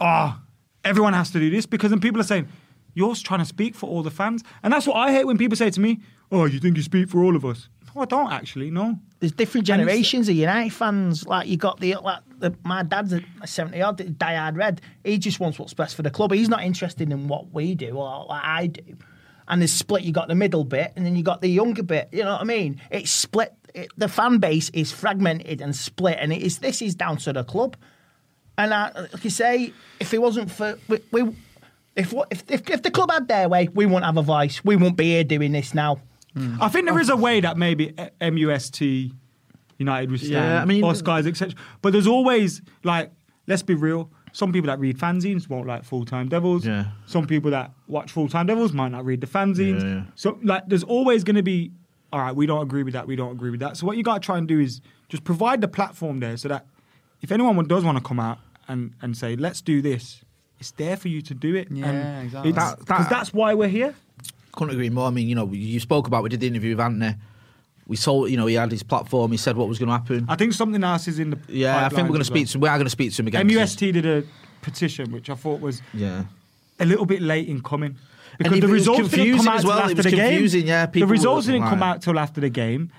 "Ah, everyone has to do this," because then people are saying, "You're trying to speak for all the fans," and that's what I hate when people say to me, "Oh, you think you speak for all of us?" No, I don't actually. No, There's different And it's- generations of United fans. Like you got the like the, my dad's a seventy odd diehard red. He just wants what's best for the club. He's not interested in what we do or what I do. And there's split. You got the middle bit, and then you got the younger bit. You know what I mean? It's split. It, the fan base is fragmented and split, and it is this is down to the club. And I, like you say, if it wasn't for we, we if, what- if if if the club had their way, we wouldn't have a voice. We wouldn't be here doing this now. I think there is a way that maybe uh, MUST, United would stand, Yeah, I mean- or Skies, etc. But there's always, like, let's be real, some people that read fanzines won't like Full Time Devils. Yeah. Some people that watch Full Time Devils might not read the fanzines. Yeah, yeah. So, like, there's always going to be, all right, we don't agree with that, we don't agree with that. So, what you got to try and do is just provide the platform there so that if anyone does want to come out and, and say, let's do this, it's there for you to do it. Yeah, and exactly. it's- That- that- 'cause that's why we're here. couldn't agree more. I mean, you know, you spoke about we did the interview with Anthony. We saw, you know, he had his platform. He said what was going to happen. I think something else is in the. yeah, I think we're pipeline going to as speak well. to. We are going to speak to him again. MUST did a petition, which I thought was Yeah. a little bit late in coming because it the was results didn't come confusing out as till well. It after was the game. confusing, yeah, the people results were- didn't come right. out till after the game,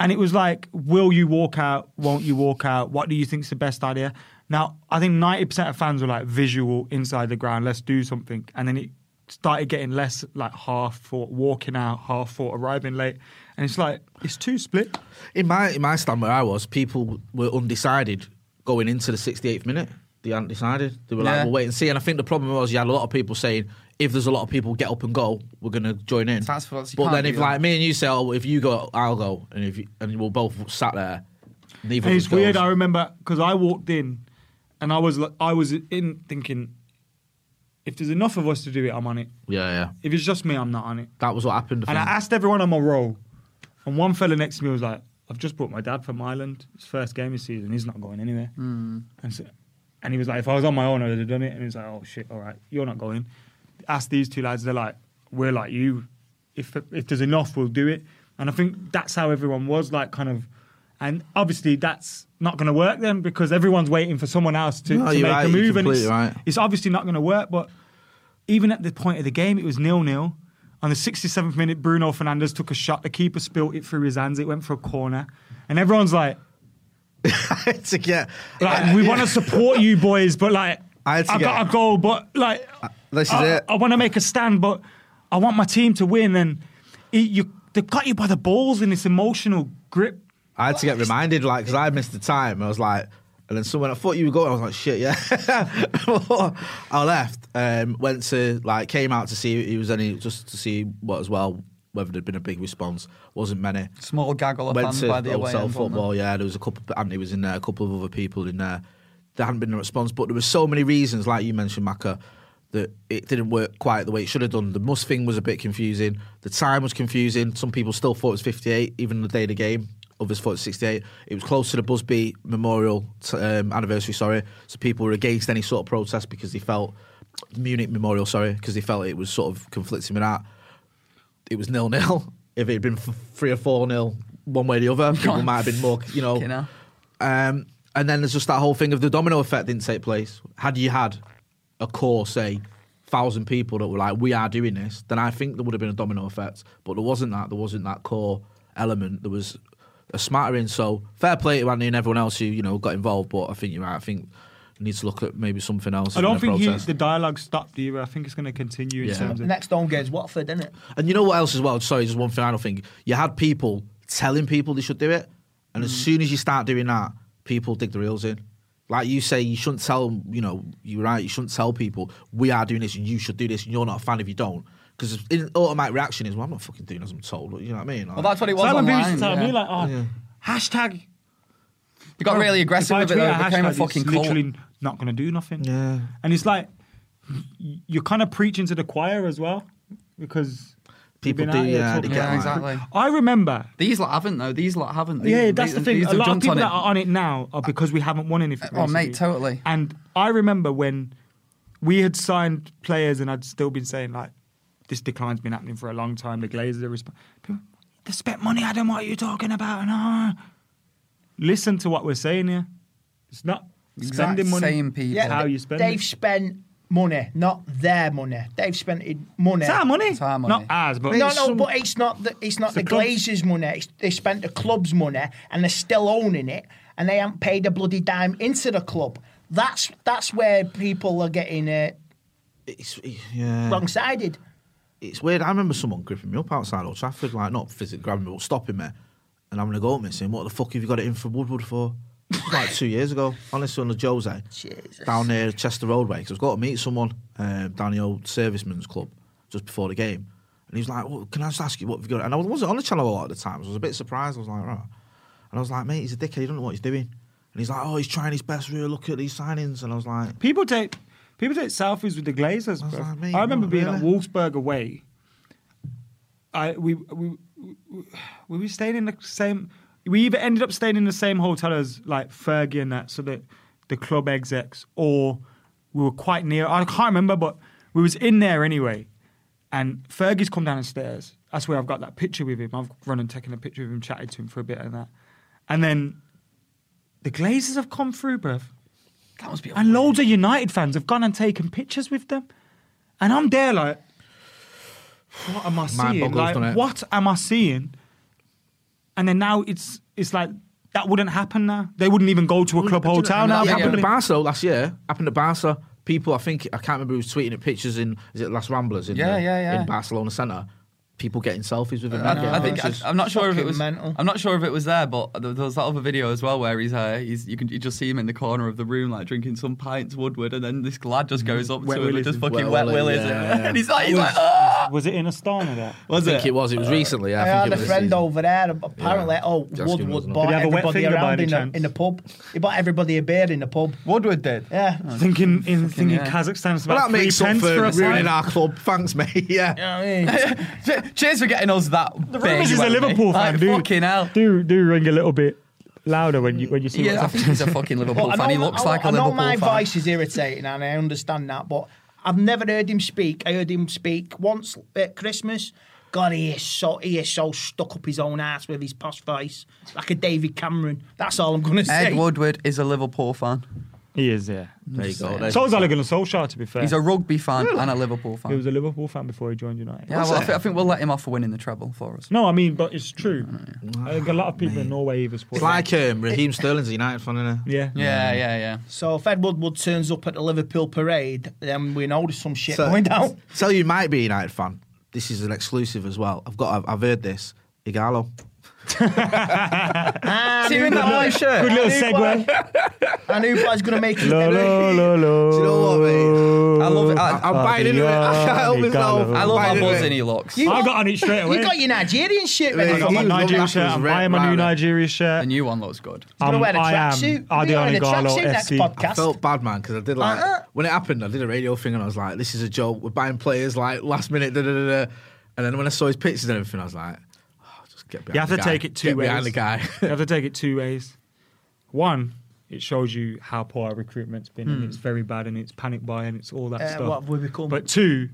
and it was like, will you walk out? Won't you walk out? What do you think's the best idea? Now, I think ninety percent of fans were like visual inside the ground. Let's do something, and then it started getting less like half thought walking out, half thought arriving late, and it's like it's too split. In my in my stand where I was, people were undecided going into the 68th minute. they hadn't decided. They were Yeah. like, we'll wait and see. And I think the problem was you had a lot of people saying, if there's a lot of people get up and go, we're going to join in. That's what- you but can't then do if that. like me and you say, oh, if you go, I'll go, and if you, and we'll both sat there. Neither of It's us weird. goes. I remember because I walked in, and I was like- I was in thinking, if there's enough of us to do it, I'm on it. Yeah, yeah. If it's just me, I'm not on it. That was what happened. And I asked everyone on my roll, and one fella next to me was like, "I've just brought my dad from Ireland. His first game this season. He's not going anywhere." And, so, and he was like, "If I was on my own, I would have done it." And he was like, "Oh shit, all right, you're not going." Ask these two lads. They're like, "We're like you. If if there's enough, we'll do it." And I think that's how everyone was like, kind of. And obviously, that's not going to work then because everyone's waiting for someone else to, No, to make you're right, a you're move, and it's, completely right. it's obviously not going to work. But even at the point of the game, it was nil nil. On the 67th minute, Bruno Fernandez took a shot. The keeper spilt it through his hands. It went for a corner, and everyone's like, to get. like "We want to support you boys, but like, I I had to have get- Uh, got a goal, but like, this is I, it. I want to make a stand, but I want my team to win." And it, you, they got you by the balls in this emotional grip. I had to get reminded, like, because I missed the time. I was like, and then someone, I thought you were going. I was like, shit, yeah. I left, um, went to, like, came out to see if he was any, just to see what as well, whether there'd been a big response. Wasn't many. Small gaggle of Went fans to by the away hotel end, wasn't there? football, yeah. There was a couple, Anthony was in there, a couple of other people in there. There hadn't been a response, but there were so many reasons, like you mentioned, Maka, that it didn't work quite the way it should have done. The must thing was a bit confusing. The time was confusing. Some people still thought it was 58, even the day of the game. Others thought it was 68. It was close to the Busby Memorial t- um, anniversary, sorry. So people were against any sort of protest because they felt, Munich Memorial, sorry, because they felt it was sort of conflicting with that it was nil nil. If it had been f- three or four nil, one way or the other, people might have been more, you know. Fucking hell. Um, and then there's just that whole thing of the domino effect didn't take place. Had you had a core, say, thousand people that were like, "We are doing this," then I think there would have been a domino effect. But there wasn't that. There wasn't that core element. There was a smattering. So fair play to Andy and everyone else who you know got involved. But I think you're right. I think you need to look at maybe something else. I in don't the think you, process. the dialogue stopped either. I think it's going to continue in Yeah. terms The of next home game's Watford, isn't it? And you know what else as well? Sorry, just one final thing. You had people telling people they should do it, and Mm. as soon as you start doing that, people dig the reels in. Like you say, you shouldn't tell. 'em, You know, you're right. You shouldn't tell people we are doing this, and you should do this, and you're not a fan if you don't. Because automatic reaction is, well, I'm not fucking doing as I'm told. You know what I mean? Well, that's what it was Simon Booth online. used to tell yeah. me like, oh, hashtag. They got really If aggressive I with it. tweet Though. It became hashtag, a it's fucking cult. literally not going to do nothing. Yeah. and it's like y- you're kind of preaching to the choir as well because you've People been do, out here yeah, they talking get about Yeah, like- it. exactly. I remember. These lot haven't though. These lot haven't. These, Yeah, that's the these- thing. These A have lot of jumped people on that it. are on it now are because we haven't won anything. Uh, Oh, mate, basically. totally. And I remember when we had signed players, and I'd still been saying like, "This decline's been happening for a long time." The Glazers are resp- people, They spent money, Adam. What are you talking about? And ah. listen to what we're saying here. It's not Exact spending money. same people. Yeah, how you spend. it. They've spent money, not their money. They've spent it- money. It's our money. It's our money. Not ours, but No, no, but it's not the it's not the the, club's- Glazers' money. It's, they spent the club's money, and they're still owning it, and they haven't paid a bloody dime into the club. That's that's where people are getting uh, It's, yeah. wrong-sided. it's weird. I remember someone gripping me up outside Old Trafford, like not physically grabbing me, but stopping me. And I'm gonna go up and saying, "What the fuck have you got it in for Woodward for?" like two years ago, honestly, on the Jose, Jesus. down near Chester Roadway, because I was going to meet someone um, down the old servicemen's club just before the game, and he was like, well, "Can I just ask you what have you got?" And I wasn't on the channel a lot at the time, so I was a bit surprised. I was like, "Right," and I was like, "Mate, he's a dickhead. He don't know what he's doing." And he's like, "Oh, he's trying his best. Really, look at these signings." And I was like, People take people take selfies with the Glazers. That's bro. what I mean, I remember not being at really. Wolfsburg away. I we we, we we were staying in the same. We either ended up staying in the same hotel as like Fergie and that, so that the club execs, or we were quite near. I can't remember, but we was in there anyway. And Fergie's come down the stairs. That's where I've got that picture with him. I've run and taken a picture of him, chatted to him for a bit and that. And then the Glazers have come through, bruv. That must be. And loads of United fans have gone and taken pictures with them. And I'm there like, what am I seeing? boggles, doesn't Like, it? what am I seeing? And then now it's it's like that wouldn't happen now. They wouldn't even go to a club Do you know- hotel I now. mean, probably. That happened to Barca last year. Happened to Barca. People, I think I can't remember who was tweeting at pictures in is it Las Ramblas in Yeah, the- yeah, yeah. in Barcelona Centre. people getting selfies with him. I, in game, I think I, pictures. I'm not sure if it fucking was. mental. I'm not sure if it was there, but there there was that other video as well where he's, uh, he's you can you just see him in the corner of the room like drinking some pints Woodward, and then this lad just goes up Wet to him and Willies just him. fucking Wet wet, Willie, willies him, yeah, yeah. and he's like, he's like, "Ah!" Was it in Astana that? was I think it was. It was recently. Yeah, I, I, think had it a was friend season. over there. Apparently, oh, Just give him Woodward another. bought Did he have a wet everybody finger by around any in the, chance? in the pub. He bought everybody a beer in the pub. Woodward did. Yeah. Oh. Thinking in thinking yeah. Kazakhstan's Well, about that three makes up pence for for a ruining pint. our club. Thanks, mate. Yeah. You know what I mean? Che- Cheers for getting us that. The This is a Liverpool fan, like, dude. Fucking hell. Do do ring a little bit louder when you when you see Yeah, I what's think happening. he's a fucking Liverpool Well, I fan. He know- looks I- like a I know Liverpool my fan. voice is irritating, and I understand that, but I've never heard him speak. I heard him speak once at Christmas. God, he is so he is so stuck up his own ass with his posh face, like a David Cameron. That's all I'm gonna say. Ed Woodward is a Liverpool fan. He is, yeah. There you go. So was Allegan and Solskjaer, to be fair. He's a rugby fan and a Liverpool fan. he was a Liverpool fan before he joined United. yeah, well, I, thi- I think we'll let him off for winning the treble for us. No, I mean, but it's true. I think a lot of people in Norway either support. It's like um, Raheem Sterling's a United fan, isn't yeah. Yeah, yeah, yeah. So if Ed Woodward turns up at the Liverpool parade, then we know there's some shit So- going down. Tell you, you might be a United fan. This is an exclusive as well. I've got. I've, I've heard this. Igalo. Ah, See him in that white shirt. Good little segue. I knew boy's gonna make his Lo, lo, lo, lo. Do you know what, mate? I love it. I- I'm biting into it. I can't help myself. I love how Right, right. buzzing he looks. You I got on it straight away. You got your Nigerian shit Mate, I ready. got he my was lovely Nigeria after shirt. his I'm red buying my new round there. Nigeria the shirt. Um, new one looks good. gonna wear a I am tracksuit. You're wearing Adione a Igalo tracksuit next FC. podcast. I felt bad, man, because I did like Uh-uh. when it happened. I did a radio thing, and I was like, "This is a joke. We're buying players like last minute." Da, da, da, da. And then when I saw his pictures and everything, I was like, oh, "Just get behind." You have the to guy. take it two get ways. behind the guy. you have to take it two ways. One, it shows you how poor our recruitment's been, Hmm. and it's very bad, and it's panic buy, and it's all that Uh, stuff. what have we become? But two,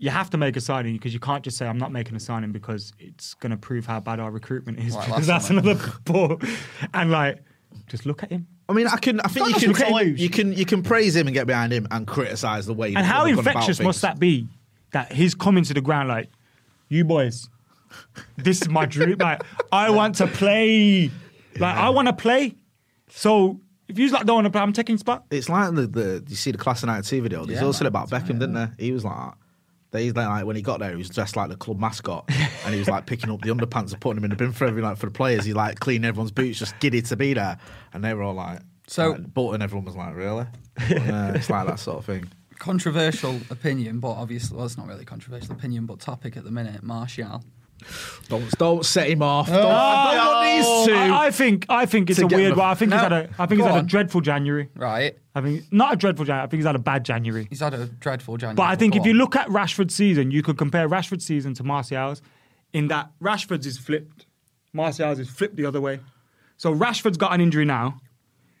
you have to make a signing because you can't just say I'm not making a signing because it's going to prove how bad our recruitment is. Like because that's last summer. another poor. And like, just look at him. I mean, I can. I think Not you nothing to can. lose. You can. You can praise him and get behind him and criticize the way. And how he's gone about infectious must things. that be? That he's coming to the ground like, you boys, this is my dream. Like, I want to play. Like, I want to play. So if you like don't want to play, I'm taking spot. It's like the, the you see the Class of '92 video. There's also about Beckham, didn't there? He was like. They, he's like when he got there, he was dressed like the club mascot, and he was like picking up the underpants and putting them in the bin for every like for the players. He like cleaned everyone's boots, just giddy to be there, and they were all like, So- like, bought, and everyone was like, really? Yeah, it's like that sort of thing. Controversial opinion, but obviously, well, it's not really a controversial opinion, but topic at the minute. Martial. Don't don't set him off. Don't, I don't want these two. Oh, I, I think I think it's to a get weird them. one. I think he's No. had a I think Go he's had on. a dreadful January. Right. I think not a dreadful January. I think he's had a bad January. He's had a dreadful January. But I think Go if you on. look at Rashford's season, you could compare Rashford's season to Martial's in that Rashford's is flipped. Martial's is flipped the other way. So Rashford's got an injury now.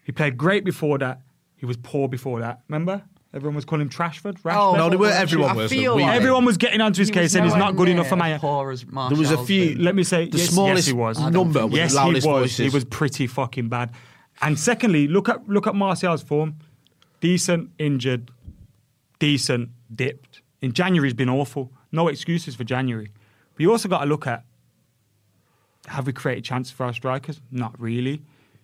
He played great before that. He was poor before that. Remember? Everyone was calling him Trashford. Rashford. no, they were everyone I was. feel we- like- Everyone was getting onto his He case was saying he's nowhere not good near enough for as Man U. poor as There was a Martial's few. been. Let me say, the yes, yes, smallest he was. number with yes, the loudest he was. voices. He was pretty fucking bad. And secondly, look at look at Martial's form. Decent, injured, decent, dipped. In January, he's been awful. No excuses for January. But you also got to look at: Have we created chances for our strikers? Not really.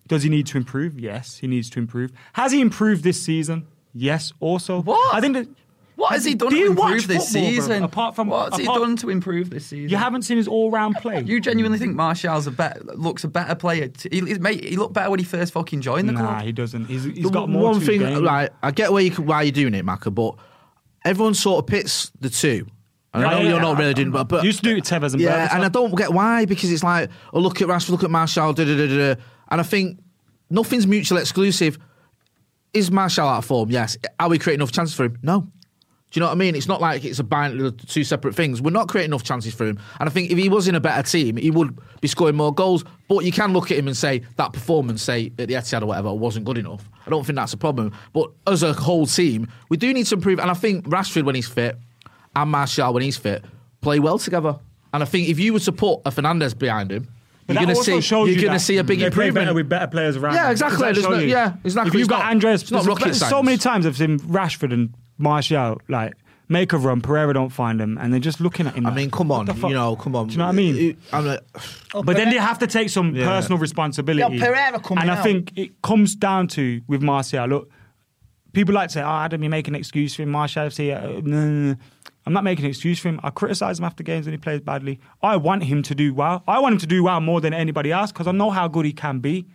Does he need to improve? Yes, he needs to improve. Has he improved this season? Yes. Also, What? I think that What has he done Do to you improve watch this football, bro? season? Apart from- what has apart- he done to improve this season? you haven't seen his all-round play. You genuinely think Martial's a bet looks a better player? T- he, he's- mate, he looked better when he first fucking joined the nah, club. he doesn't. He's, he's The got more. one to thing, his game. like, I get where you c- why you're doing it, Maka, but everyone sort of pits the two. And I Yeah, know yeah, you're not yeah. really doing, but, but You used to do it with Tevez and yeah, Berbatov. and I don't get why because it's like, oh look at Rashford, look at Marshall, da da da da, da. and I think nothing's mutually exclusive. Is Marshall out of form? Yes. Are we creating enough chances for him? No. Do you know what I mean? It's not like it's a bind two separate things. We're not creating enough chances for him, and I think if he was in a better team, he would be scoring more goals. But you can look at him and say that performance, say at the Etihad or whatever, wasn't good enough. I don't think that's a problem. But as a whole team, we do need to improve. And I think Rashford when he's fit, and Martial when he's fit, play well together. And I think if you were to put a Fernandez behind him, But you're that going to also see shows you you're going that to see a big they play improvement. better with better players around. Yeah, them. exactly. Does that There's show no- you? yeah, exactly. If you've It's got not- Andreas, it's not there's- rocket so science. many times I've seen Rashford and Martial like make a run, Pereira don't find him, and they're just looking at him. I like, mean, come what on, the fuck? you know, come on. Do you know what I mean? I'm like, But then they have to take some Yeah. personal responsibility. Yeah, Pereira coming and I out. think it comes down to with "Ah, Martial. Look, people like to say, "Oh, Adam, you're making an excuse for him, Martial." FC." Uh, no, no, no. I'm not making an excuse for him. I criticize him after games when he plays badly. I want him to do well. I want him to do well more than anybody else because I know how good he can be.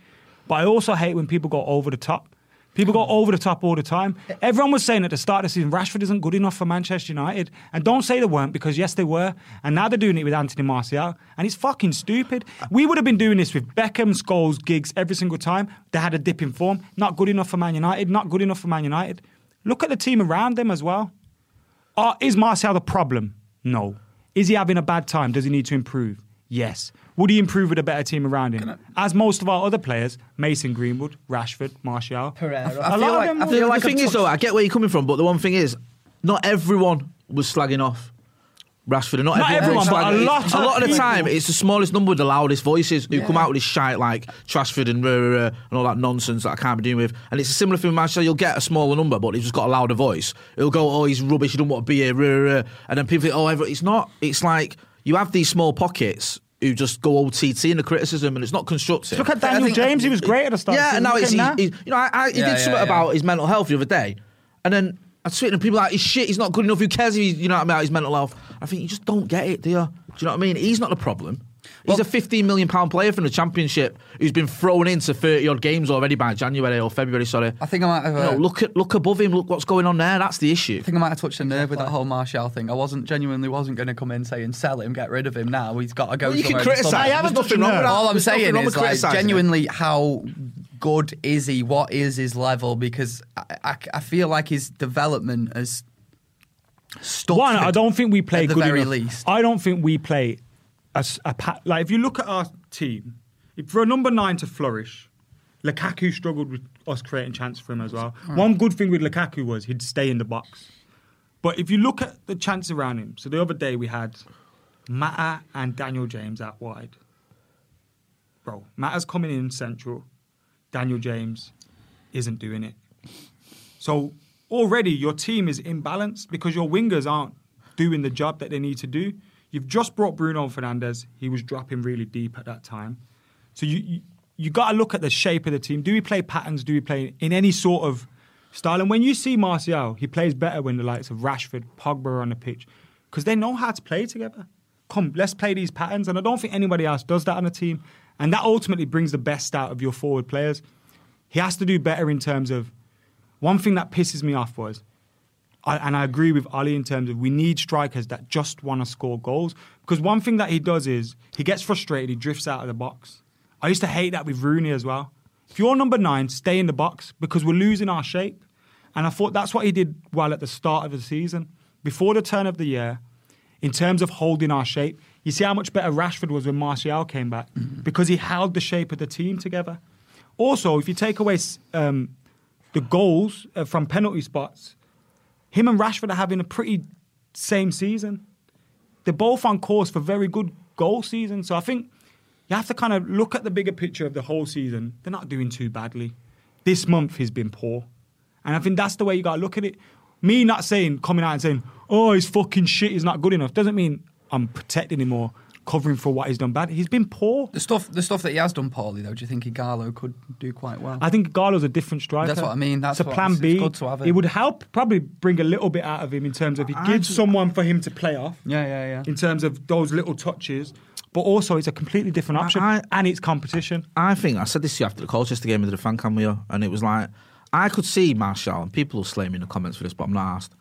But I also hate when people go over the top. People go over the top all the time. Everyone was saying at the start of the season, Rashford isn't good enough for Manchester United. And don't say they weren't because, yes, they were. And now they're doing it with Anthony Martial. And it's fucking stupid. We would have been doing this with Beckham, Scholes, Giggs every single time. They had a dip in form. Not good enough for Man United. Not good enough for Man United. Look at the team around them as well. Are, Uh, is Martial the problem? No. Is he having a bad time? Does he need to improve? Yes. Would he improve with a better team around him? As most of our other players, Mason Greenwood, Rashford, Martial, Pereira. I A feel lot of like- them I The, feel the like thing I'm is, though, I get where you're coming from, but the one thing is, not everyone was slagging off Rashford, and not, Not everyone, everyone, but was slagging. a lot a of lot of the people. time, it's the smallest number with the loudest voices who come out with this shite like Trashford and rah, rah, rah, and all that nonsense that I can't be dealing with. And it's a similar thing with Manchester. You'll get a smaller number, but he's just got a louder voice. It'll go, "Oh, he's rubbish. He doesn't want to be here." Rah, rah, rah. And then people think, "Oh, every-" it's not." It's like you have these small pockets who just go OTT in the criticism, and it's not constructive. Look at Daniel think- James. He was great at the start. Yeah, and now Look he's, at him he's, now. he's you know, I, I, he Yeah, did yeah, something yeah. about his mental health the other day, and then I tweeted and people were like, "He's shit. He's not good enough. Who cares? If he's, you know what I mean? About his mental health." I think you just don't get it, do you? Do you know what I mean? He's not the problem. He's Well- a 15 million pound player from the championship who's been thrown into 30 odd games already by January or February. Sorry. I think I might have. No, uh, look at look above him. Look what's going on there. That's the issue. I think I might have touched a nerve with that whole Martial thing. I wasn't genuinely wasn't going to come in saying sell him, get rid of him. Now he's got to go. Well, you can somewhere criticise. somewhere." I haven't There's nothing touched a wrong with nerve. that. All I'm There's nothing saying wrong is with like criticising it. genuinely how good is he? What is his level? Because I, I, I feel like his development has stuck. One, I don't think we play at the good very enough. least. I don't think we play as a pa- like. If you look at our team, if for a number nine to flourish, Lukaku struggled with us creating chance for him as well. One good thing with Lukaku was he'd stay in the box. But if you look at the chance around him, so the other day we had Mata and Daniel James out wide. Bro, Mata's coming in central. Daniel James isn't doing it. So already your team is imbalanced because your wingers aren't doing the job that they need to do. You've just brought Bruno Fernandez. He was dropping really deep at that time. So you you, you got to look at the shape of the team. Do we play patterns? Do we play in any sort of style? And when you see Martial, he plays better when the likes of Rashford, Pogba are on the pitch because they know how to play together. Come, let's play these patterns. And I don't think anybody else does that on a team. And that ultimately brings the best out of your forward players. He has to do better in terms of one thing that pisses me off was, I, and I agree with Ali in terms of we need strikers that just want to score goals. Because one thing that he does is he gets frustrated, he drifts out of the box. I used to hate that with Rooney as well. If you're number nine, stay in the box because we're losing our shape. And I thought that's what he did well at the start of the season. Before the turn of the year, in terms of holding our shape. You see how much better Rashford was when Martial came back because he held the shape of the team together. Also, if you take away s- um, the goals uh, from penalty spots, him and Rashford are having a pretty same season. They're both on course for very good goal season. So I think you have to kind of look at the bigger picture of the whole season. They're not doing too badly. This month has been poor. And I think that's the way you got to look at it. Me not saying, coming out and saying, oh, his fucking shit is not good enough, doesn't mean I'm protecting him or covering for what he's done bad. He's been poor. The stuff, the stuff that he has done poorly, though. Do you think Igalo could do quite well? I think Gallo's a different striker. That's what I mean. That's it's a what- plan it's- B. it's good to have It it. would help probably bring a little bit out of him in terms of he gives someone for him to play off. Yeah, yeah, yeah. In terms of those little touches, but also it's a completely different option I- and it's competition. I think I said this to you after the Colchester game with the fan cam here, and it was like I could see Marshall and people will slay me in the comments for this, but I'm not asked.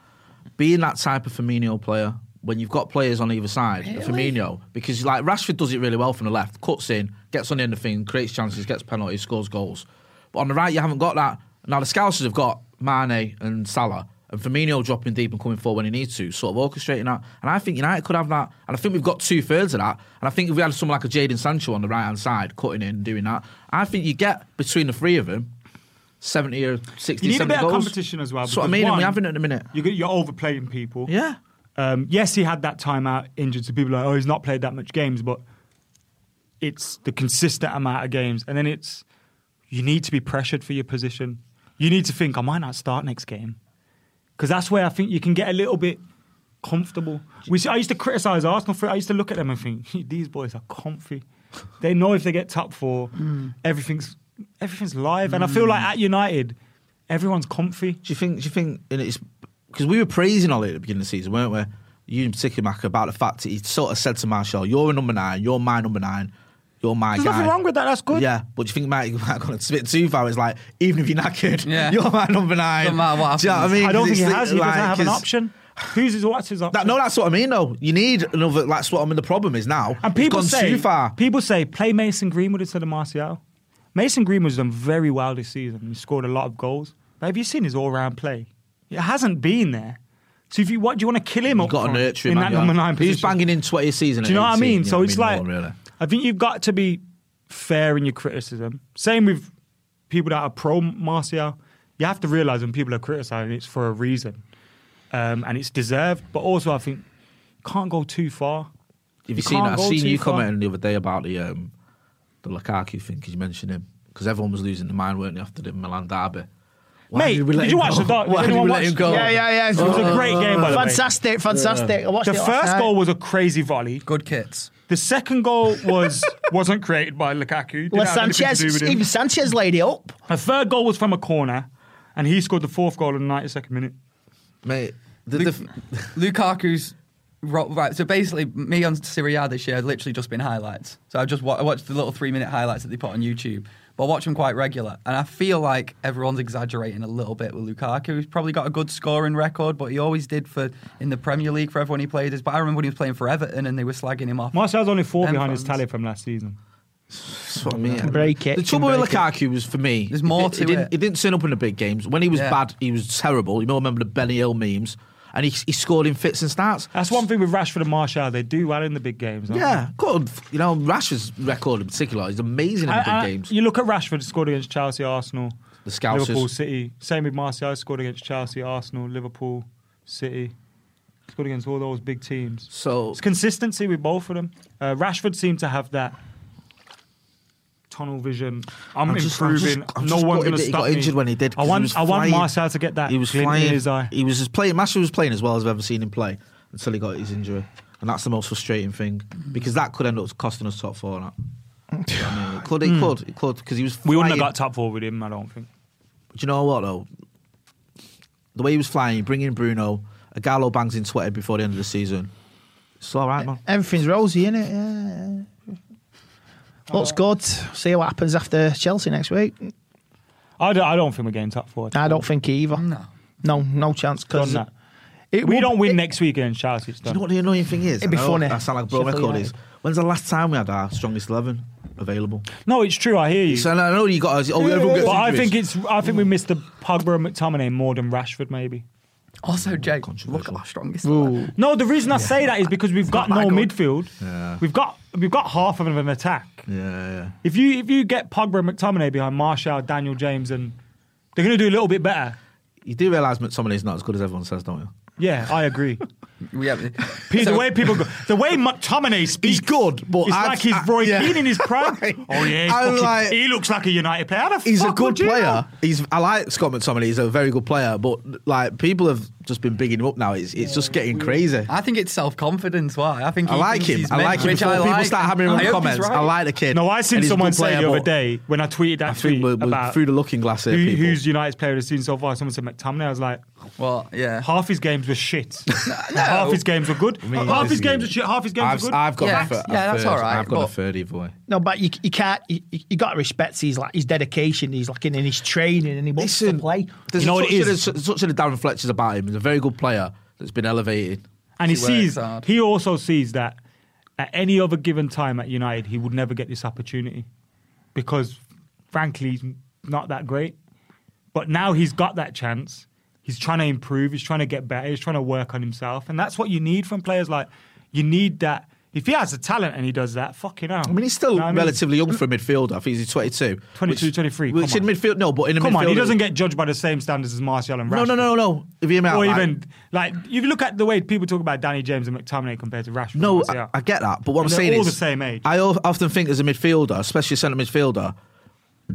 Being that type of Firmino player, when you've got players on either side, of Firmino, because like Rashford does it really well from the left, cuts in, gets on the end of thing, creates chances, gets penalties, scores goals. But on the right, you haven't got that. Now the Scousers have got Mane and Salah. And Firmino dropping deep and coming forward when he needs to, sort of orchestrating that. And I think United could have that. And I think we've got two thirds of that. And I think if we had someone like a Jaden Sancho on the right hand side, cutting in and doing that, I think you get between the three of them 70 or 60, You need a 70 bit of goals. competition as well. That's what I because mean. and one, we haven't at the minute. You get- You're overplaying people. Yeah. Um, yes, he had that time out injured, so people are like, oh, he's not played that much games, but it's the consistent amount of games. And then it's you need to be pressured for your position. You need to think, I might not start next game. Because that's where I think you can get a little bit comfortable. We see, I used to criticise Arsenal for it. I used to look at them and think, these boys are comfy. They know if they get top four, everything's everything's live. And I feel like at United, everyone's comfy. Do you think? Do you think? And it's because we were praising Ollie at the beginning of the season, weren't we? you in particular, Mac, about the fact that he sort of said to Marshall, "You're a number nine. You're my number nine. You're my There's guy." nothing wrong with that. That's good. Yeah, but do you think Mike might gone a bit too far? It's like even if you're knackered, Yeah. you're my number nine. Doesn't matter what Do you know what I happens. mean? I don't think he It's has. He like- doesn't have an 'cause- option. Who's his what's his option? That, no, that's what I mean. Though you need another. That's what I mean. The problem is now. And people it's gone say too far. people say play Mason Greenwood instead of Martial. Mason Greenwood's done very well this season. He scored a lot of goals. But have you seen his all-round play? It hasn't been there. So if you what do you want to kill him? You've up got to front nurture in him. that haven't you? number nine position. He's banging in twenty a season. Do you know what at I 18, mean? you So know it's what I like mean? No, really. I think you've got to be fair in your criticism. Same with people that are pro Martial. You have to realize when people are criticizing, it's for a reason, um, and it's deserved. But also, I think you can't go too far. Have you seen can't that? I go seen too you far. commenting the other day about the um, the Lukaku thing because you mentioned him because everyone was losing their mind, weren't they, after the Milan derby? Why Mate, we did let him you watch go? the dog? Why Did did we anyone let watch- him go? Yeah, yeah, yeah. It was a great game, by the way. Fantastic, fantastic. I watched The it last first night. goal was a crazy volley. Good kits. The second goal was wasn't created by Lukaku. Didn't Well, have anything to Sanchez, do with him. even Sanchez laid it up. The third goal was from a corner, and he scored the fourth goal in the 92nd minute. Mate, the, Lu- the, Lukaku's ro- right. So basically, me on Serie A this year had literally just been highlights. So I just wa- I watched the little three minute highlights that they put on YouTube, but I watch them quite regular. And I feel like everyone's exaggerating a little bit with Lukaku. He's probably got a good scoring record, but he always did for in the Premier League for everyone he played. Is but I remember when he was playing for Everton and they were slagging him off. Martial's only four Them behind his fans. tally from last season. That's what I mean. Break it, The trouble with can Lukaku was for me. There's more it, to didn't, it. He didn't turn up in the big games. When he was Yeah. bad, he was terrible. You know, remember the Benny Hill memes, and he, he scored in fits and starts. That's one thing with Rashford and Martial. They do well in the big games. aren't Yeah, good. You know, Rashford's record in particular is amazing in they? the big And- and games. You look at Rashford scored against Chelsea, Arsenal, The Scousers. Liverpool, City. Same with Martial scored against Chelsea, Arsenal, Liverpool, City. Scored against all those big teams. So It's consistency with both of them. Uh, Rashford seemed to have that tunnel vision. I'm, I'm just- I'm improving. just- I'm no just one's going gutted that to he stop got me. injured when he did, I 'cause he want, was I want flying. Martial to get that. he was glint flying. In his eye. He was just playing. Marshall was playing as well as I've ever seen him play until he got his injury, and that's the most frustrating thing because that could end up costing us top four. That. You know what I mean? It could, it could, it could, because he was. Hmm. We wouldn't have flying. got top four with him, I don't think. Do you know what though? The way he was flying, you bring in Bruno, a Gallo bangs in twenty before the end of the season. It's all right, man. Everything's rosy, isn't it? Yeah. Oh. yeah. Looks good. See what happens after Chelsea next week. I don't, I don't think we're getting top four. I don't think either. No. no, no chance. Because Done we don't win next week against Chelsea. It's Do you done. know what the annoying thing is? It'd be I know funny. I sound like a broken Sheffield record. Is when's the last time we had our strongest eleven available? No, it's true. I hear you. So I know you got. us- Oh, everyone gets but I injuries. think it's. I think we missed the Pogba and McTominay more than Rashford, maybe. Also, Jake, look at Controversial. our strongest. No, the reason I say that is because we've got no that good. midfield. We've got we've got half of an attack. Yeah, yeah. If you if you get Pogba and McTominay behind Marshall, Daniel James, and they're going to do a little bit better. You do realise McTominay's not as good as everyone says, don't you? Yeah, I agree. We have- Pe- the So- way people go, the way McTominay speaks, He's good, but it's I've- like he's I- Roy yeah. Keane in his prime. Oh yeah, he's I'm fucking- like- he looks like a United player. How the He's a fuck good would you know? player. He's I like Scott McTominay. He's a very good player, but like people have just been bigging him up now. It's it's just getting crazy. I think it's self confidence. Why? I think I he like thinks him. he's I meant- like him. which Before I people like. start having him in I the hope he's comments, I right. like the kid. No, I seen And he's a someone good say player, the other but day when I tweeted that I tweet think we're, we're about through the looking glass here. who- people. who's United's player of the season so far. Someone said McTominay. I was like, Well, yeah. half his games were shit. Half his games were good. half his games were shit. Half his games I've, were good. I've got Yeah. a, thir- a Yeah, that's third. all right, I've got a but- third either way. No, but you, you can't. You, you got to respect his like his dedication. He's like in, in his training and he wants to play. There's You know a what it touch is? of the- touch of the Darren Fletcher's about him. He's a very good player that's been elevated. and he He works sees. hard. He also sees that at any other given time at United, he would never get this opportunity because, frankly, he's not that great. But now he's got that chance. He's trying to improve. He's trying to get better. He's trying to work on himself, and that's what you need from players. Like you need that. If he has the talent and he does that, fucking hell. I mean, he's still relatively young for a midfielder. I think he's 22. 22, which- 23, Which come in on. midfield, no, but in a midfield. Come on, he doesn't get judged by the same standards as Martial and No, Rashford. no, no, no. If you hear me out, Or like- even like if you look at the way people talk about Danny James and McTominay compared to Rashford. No, and I, Martial. I get that, but what And I'm they're saying all is, the same age. I of- often think as a midfielder, especially centre midfielder,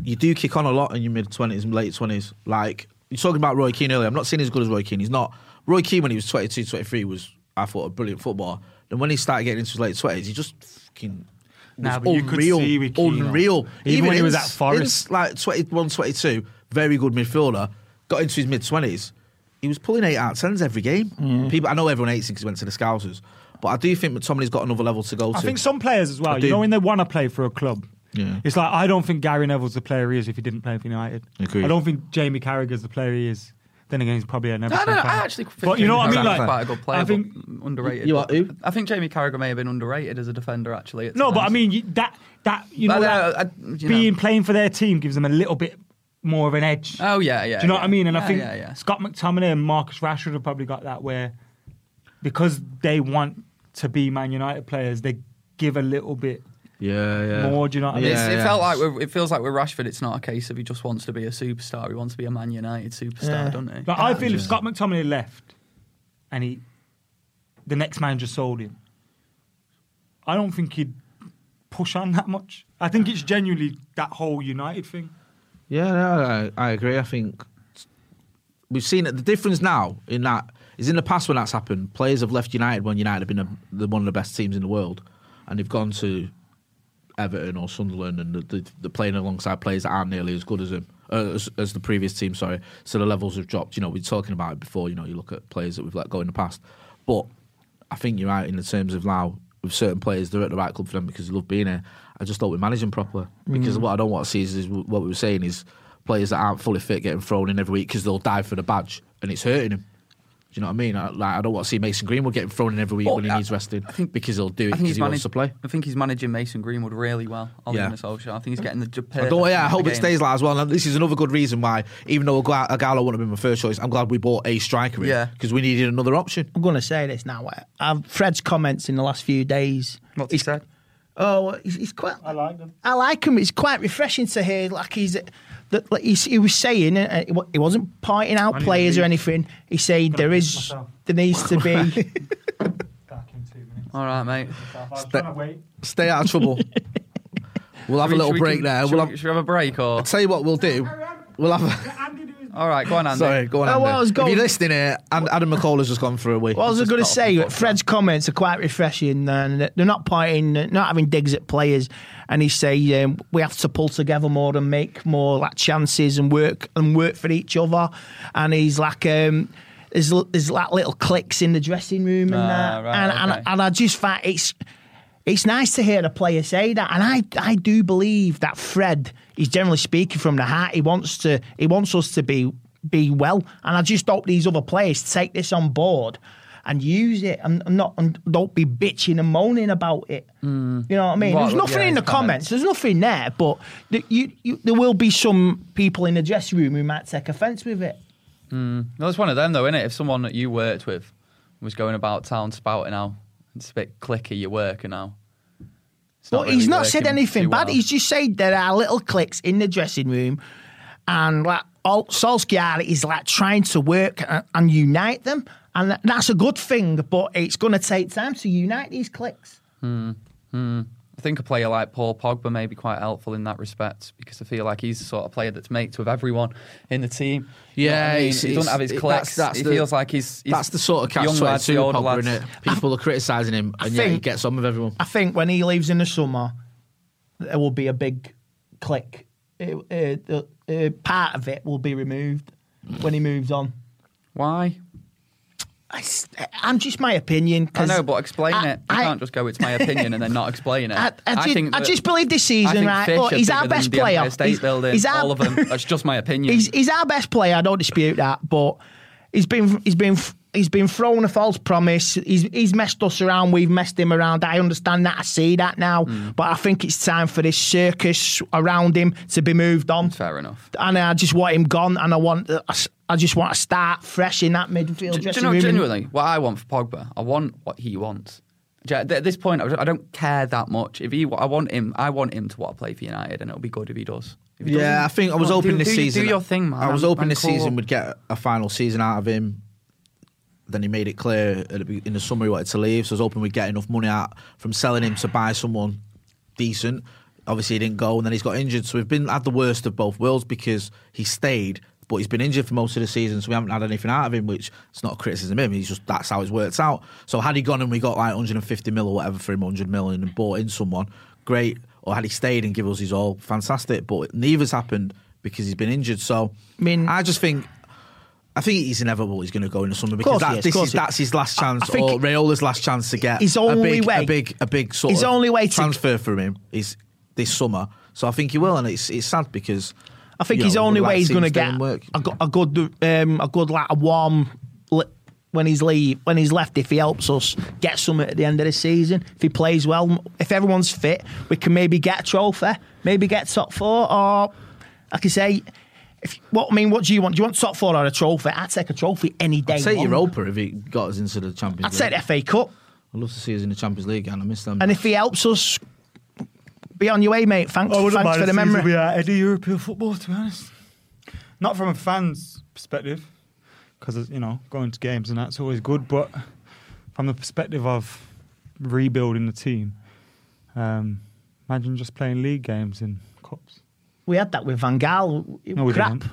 you do kick on a lot in your mid twenties, late twenties. Like you're talking about Roy Keane earlier. I'm not saying he's good as Roy Keane. He's not. Roy Keane when he was 22, 23 was I thought a brilliant footballer. Then when he started getting into his late twenties, he just fucking. Nah, was but you unreal, could see with Keane, unreal. though. Even when he was Ince- at Forest. Ince, like 21, 22, very good midfielder. Got into his mid twenties. he was pulling eight out of tens every game. Mm. People, I know everyone hates him because he went to the Scousers, but I do think McTominay's got another level to go to. I think some players as I well. do. You know, when they want to play for a club, Yeah. it's like I don't think Gary Neville's the player he is if he didn't play for United. Agreed. I don't think Jamie Carragher's the player he is. Then again, he's probably a Neville. I don't know. fan. I actually think but you know what I Jamie mean. Carragher's Like, quite a good player. I think but underrated. You are who? I think Jamie Carragher may have been underrated as a defender. Actually, at no, but I times. mean you- that that you know, But, uh, that I- you know. being playing for their team gives them a little bit more of an edge. Oh yeah, yeah. Do you know yeah. what I mean? And I Yeah, think yeah, yeah. Scott McTominay and Marcus Rashford have probably got that where because they want to be Man United players, they give a little bit. yeah, yeah. More, do you know what I mean? It's- it felt like we're, it feels like with Rashford, it's not a case of he just wants to be a superstar. He wants to be a Man United superstar, doesn't he? Like I feel if Scott McTominay left and he the next manager sold him, I don't think he'd push on that much. I think it's genuinely that whole United thing. Yeah, no, I, I agree. I think we've seen it. The difference now in that is in the past when that's happened, players have left United when United have been a, the, one of the best teams in the world, and they've gone to Everton or Sunderland, and the- the- they're playing alongside players that aren't nearly as good as him. Uh, as, as the previous team, sorry. So the levels have dropped. You know, we are talking about it before. You know, you look at players that we've let go in the past. But I think you're right in the terms of now with certain players, they're at the right club for them because they love being here. I just don't we manage them properly Mm. because what I don't want to see is, is what we were saying is players that aren't fully fit getting thrown in every week because they'll die for the badge and it's hurting them. Do you know what I mean? I, like I don't want to see Mason Greenwood getting thrown in every week Well, when he I- needs resting I think- because he'll do it I think because he's he wants managed to play. I think he's managing Mason Greenwood really well. Ole Yeah. Gunnar Solskjaer. I think he's getting the. j- I don't, yeah, I perfect hope it game. stays like that as well. And this is another good reason why, even though Aga- Agallo wouldn't have been my first choice, I'm glad we bought a striker in Yeah. because we needed another option. I'm going to say this now. uh, I've, Fred's comments in the last few days. What's he said? Oh, he's, he's quite. I like him. I like him. It's quite refreshing to hear. Like he's that. Like he's, he was saying, uh, uh, he wasn't pointing out need a players or beat. anything. He said there piss is, myself. there needs to be. Back in two minutes. All right, mate. I was Step- trying to wait. Stay out of trouble. we'll have Should we- a little should we break con- there. Should, We'll we, have, should we have a break or? tell you what we'll do. We'll have. Andy do his All right, go on, Andy. Sorry, go on. Oh, Andy. well, I was going- If you're listening here, and Adam McCall has just gone for a week. What was I going to got off say? the podcast. Fred's comments are quite refreshing, and they're not pointing, not having digs at players. And he say um, we have to pull together more and make more like chances and work and work for each other. And he's like, um, there's there's like little clicks in the dressing room and Ah, that. right, and, okay. and and I just find it's. It's nice to hear a player say that, and I, I do believe that Fred is generally speaking from the heart. He wants to he wants us to be be well, and I just hope these other players take this on board and use it, and not and don't be bitching and moaning about it. You know what I mean? Well, There's nothing yeah, in the his comments. comments. There's nothing there, but th- you, you, there will be some people in the dressing room who might take offence with it. No, it's one of them though, isn't it? If someone that you worked with was going about town spouting how it's a bit clicky your work and how. it's But he's really not said working anything too bad. well. He's just said there are little clicks in the dressing room, and like all, Solskjaer is like trying to work and, and unite them, and tha- that's a good thing. But it's going to take time to unite these clicks. I think a player like Paul Pogba may be quite helpful in that respect because I feel like he's the sort of player that's mates with everyone in the team. You know what Yeah, I mean? it's- he doesn't it's- have his it- that's- clicks. that's he the- feels like he's, he's That's the sort of young catch lads, the too, older Pogba, lads. innit? People are criticising him, and yet he think- gets on with everyone. I think when he leaves in the summer, there will be a big click. It, it, the- uh, part of it will be removed when he moves on. Why? I, am just my opinion. I 'cause know, but explain I- it. You I- can't just go. It's my opinion, and then not explain it. I, I, just, I that- just believe this season, I think right? Fish Look, are he's our bigger than best the Empire player. State He's- building, he's our- all of them. That's just my opinion. He's he's our best player. I don't dispute that, but he's been he's been he's been thrown a false promise. He's he's messed us around. We've messed him around. I understand that. I see that now, Hmm. but I think it's time for this circus around him to be moved on. Fair enough. And I just want him gone. And I want I s- I just want to start fresh in that midfield Do, do you dressing know room. genuinely what I want for Pogba? I want what he wants. Do you- At this point, I don't- I don't care that much. If he, I want him. I want him to want to play for United, and it'll be good if he does. If he Yeah, doesn't, I think I was well, hoping do- this do- season. Do your thing, man. I was I'm- hoping I'm this cool. season we'd get a final season out of him. Then he made it clear at the be- in the summer he wanted to leave, so I was hoping we'd get enough money out from selling him to buy someone decent. Obviously, he didn't go, and then he's got injured. So we've been had the worst of both worlds because he stayed, but he's been injured for most of the season, so we haven't had anything out of him. Which it's not a criticism of him; he's just that's how it's worked out. So had he gone and we got like 150 mil or whatever for him, 100 million, and bought in someone, great. Or had he stayed and give us his all, fantastic. But neither's happened because he's been injured. So I mean- I just think I think he's inevitable. He's going to go in the summer because course that, he is, this course is, he is. that's his last I- I chance, think or Rayola's last chance to get his a only big, way- a big, a big sort his of only way to- transfer from him is this summer. So I think he will, and it's it's sad because I think you his know, only we'd like way he's see him going to stay get and work. a, go- a good, um, a good like a warm li- when he's leave when he's left. If he helps us get something at the end of the season, if he plays well, if everyone's fit, we can maybe get a trophy, maybe get top four, or like I say, if what I mean, what do you want? Do you want top four or a trophy? I'd take a trophy any day. I'd say one. Europa if he got us into the Champions. I'd say League. the FA Cup, I'd love to see us in the Champions League, and I miss them. and if he helps us, be on your way, mate. Thanks, I Oh, wouldn't thanks mind for the if memory. We are any European football, to be honest. Not from a fan's perspective, because you know going to games and that's always good. But from the perspective of rebuilding the team, um, imagine just playing league games in cups. We had that with Van Gaal. No, we Crap. didn't.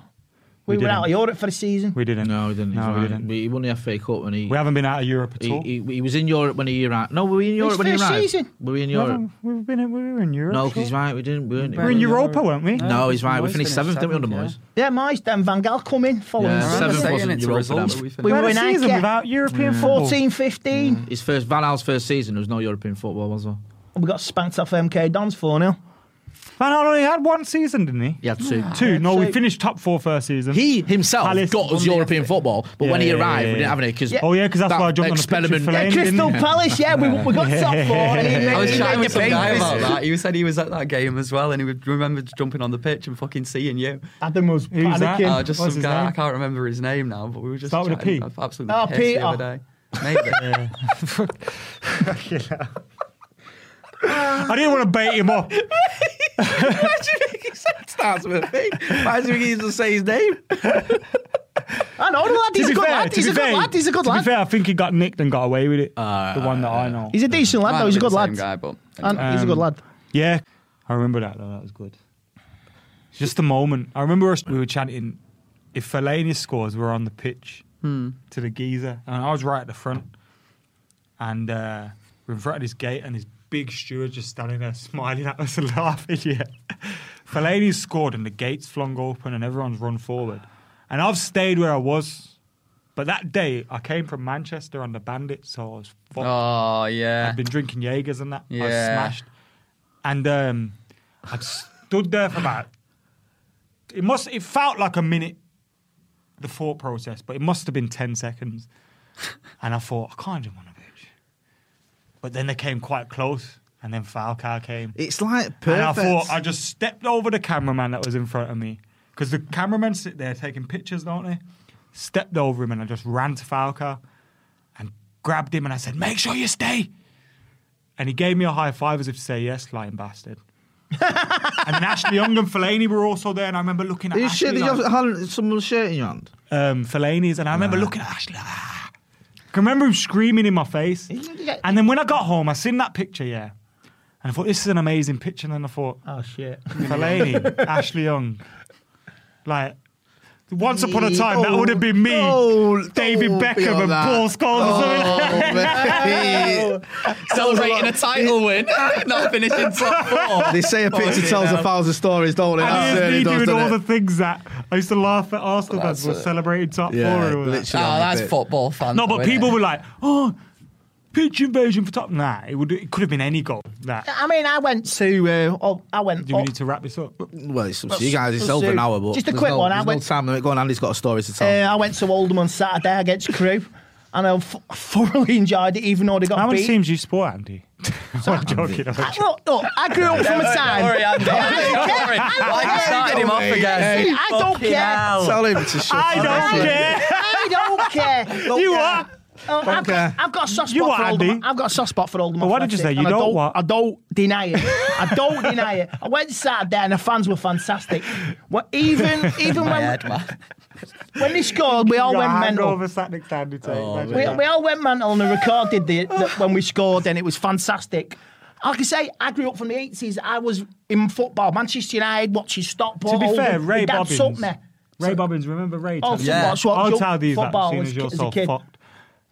We, We were out of didn't. Europe for the season. We didn't. no, he didn't. No, he's we right. didn't. We- He won the FA Cup, and he We haven't been out of Europe at all. he, he, he was in Europe when he arrived. No, were we in Europe His when he first arrived? season. Were we in We Europe? haven't- we've been in, we were in Europe. No, sure. because he's right. We didn't. We weren't. we were in Europa, weren't we? No, he's right. We Moyes finished finished seventh, didn't we, under seventh, Moyes? Yeah, my then Van Gaal come in following Yeah, us. seven saying wasn't it's a Europa result then. that we finished. We We were had a in season Ike. without European Mm. football. 14, 15. His first Van Gaal's first season. There was no European football, was there? Mm. We got spanked off MK Dons 4 0. Van Gaal only had one season, didn't he? He had two. Two. No, we finished top four first season. He himself Palace got us won the European football, but when Yeah, he yeah, arrived, yeah, we didn't yeah. have any. Cause Yeah. Oh yeah, because that's that why I jumped on the picture experiment. for Yeah, Lane, didn't Crystal I? Palace, yeah, we, we got top four. And he I was made- chatting made with the some guy papers. about that. He said he was at that game as well, and he would remember jumping on the pitch and fucking seeing you. Adam was Who's that? panicking. Uh, just What's some his guy. name? I can't remember his name now, but we were just Start with a chatting. P. I've absolutely Oh, pissed the other day. Maybe. I didn't want to bait him up. starts with a thing. Why does he even say his name? I know the lad, to he's be a good fair, lad. to He's be a good fair- lad. He's a good to be lad. fair, I think he got nicked and got away with it. the one that I know. He's a decent Might lad, though. have He's a been good the lad. same guy, but And He's a good Um, lad. Yeah, I remember that though. That was good. It's Just the moment. I remember us, we were chanting, "If Fellaini scores, we're on the pitch to the geezer," and I was right at the front, and uh, we're in front of this gate, and this big steward just standing there smiling at us and laughing. Yeah, Fellaini scored, and the gates flung open, and everyone's run forward, and I've stayed where I was. But that day, I came from Manchester on the bandit, so I was fucked. Oh yeah. I'd been drinking Jaegers and that. I was Yeah. smashed. And um, I stood there for about. It must. It felt like a minute. The thought process, but it must have been ten seconds. And I thought I can't jump on a pitch. But then they came quite close, and then Falcao came. It's like perfect. And I thought I just stepped over the cameraman that was in front of me because the cameramen sit there taking pictures, don't they? Stepped over him and I just ran to Falco and grabbed him and I said, "Make sure you stay." And he gave me a high five as if to say, "Yes, lying bastard." and then Ashley Young and Fellaini were also there, and I remember looking at Are you Ashley sure that you like, haven't had someone's shirt in your hand? um, Fellaini's, and I remember looking at Ashley. like, "Ah." I can remember him screaming in my face. And then when I got home, I seen that picture, yeah. And I thought, this is an amazing picture. And then I thought, Oh, shit. Fellaini, Ashley Young. Like, once upon a time, that No, would have been me, no, David oh, don't be Beckham, on and that. Oh, Paul Scholes or something. mate. Celebrating a title win, not finishing top four. They say a picture Fucking tells a hell. thousand stories, don't they? That And here's certainly me does, doing all doesn't the it? things that I used to laugh at Arsenal fans That's were it. celebrating top four. Yeah, And all that. literally. Oh, on the that's pitch. football fan. No, though, but innit? people were like, oh, pitch invasion for top. Nah, it, would, it could have been any goal. Nah. I mean, I went to. Uh, oh, I went. Do we up- need to wrap this up? Well, it's up to you guys. It's Let's over an see. hour, but Just a there's quick no, one, I There's no went- time limit. Go on, Andy's got a story to tell. Uh, I went to Oldham on Saturday against Crew, and I f- thoroughly enjoyed it, even though they got How many beat. teams do you support, Andy? I'm joking. I'm I, joking. look, look, I grew up from a time. Sorry, Andy. Sorry. Like, you started him off again. I don't Fucking care. hell. Tell him to shut I up. don't care. I don't care. You care. are. Oh, I've, got, care. I've got a soft spot You are, for Andy. Oldham. I've got a soft spot for Oldham. But why did you Athletic, say you and I don't what? I don't deny it. I don't deny it. I went Saturday and the fans were fantastic. Well, even even My when head, man. when they scored, we all Your went Oh, mental. hangover sat next to Andy Tate. Oh, Imagine We, that. we all went mental and they recorded the, the, when we scored, and it was fantastic. Like I say, I grew up from the 80s. I was in football, Manchester United, watching To Stockport. be fair, Oldham. Ray My dad Bobbins. sucked me. Ray Bobbins, remember Ray? Oh, Taddy? Yeah. yeah. I'll watch, tell these that football soon as as ki- you're as a so kid. fucked.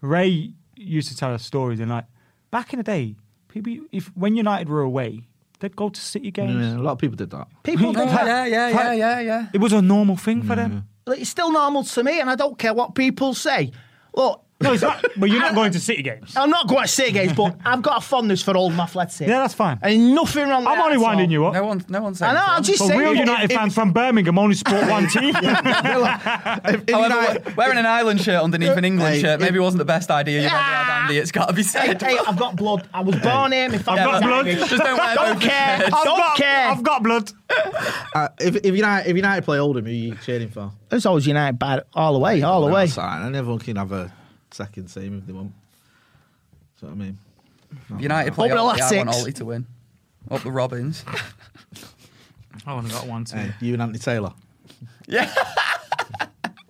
Ray used to tell us stories and like back in the day, people if when United were away, they'd go to City games. Yeah, a lot of people did that. People did Yeah, that. yeah, yeah, yeah, yeah. It was a normal thing for them. But it's still normal to me, and I don't care what people say. Look, No, it's Mm. not. But you're not going to City games. I'm not going to say games, but I've got a fondness for Old Athletics. Yeah, that's fine. And nothing wrong with I'm that only at all. winding you up. No one, no one's saying. I know, so. I'll just But say real it. United fans from Birmingham only support one team. However, we- wearing an Ireland shirt underneath an England Hey, shirt maybe wasn't the best idea you've ever Ah. had, Andy. It's got to be Hey, said. hey, I've got blood. I was born here. My family's got blood. Irish. Just don't wear Don't both care. shirts. I don't got, care. I've got blood. Uh, if, if United if United play Oldham, who are you cheering for? It's always United bad all the way, all the way. That's all right, and everyone can have a second team if they want. That's what I mean. United play Up the Ollie. I want Latics. Ollie to win. Up the Robins. I only got one team. Hey, you and Anthony Taylor. Yeah.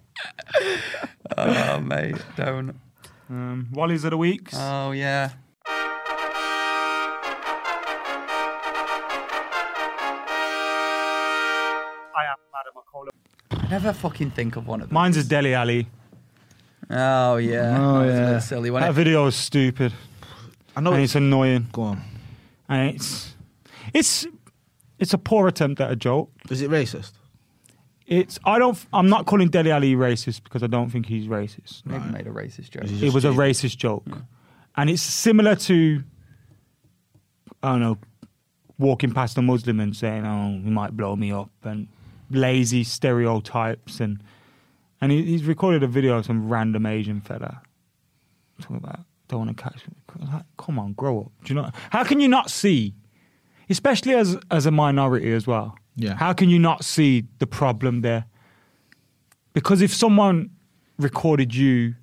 oh mate, don't. Um, Wally's of the week. Oh yeah. I am Madam McCollum. I never fucking think of one of them. Mine's is Deli Alley. Oh yeah. Oh, That was a yeah. bit silly. That When it, video is stupid I know. and It's, it's annoying go on. and it's it's it's a poor attempt at a joke. Is it racist? It's I don't I'm not calling Deli Ali racist because I don't think he's racist. maybe made a racist joke. Is it was a racist joke, and it's similar to I don't know, walking past a Muslim and saying, "Oh, he might blow me up," and lazy stereotypes, and and he, he's recorded a video of some random Asian fella talking about don't want to catch. Like, come on, grow up. Do you know how can you not see, especially as as a minority as well? Yeah. How can you not see the problem there? Because if someone recorded you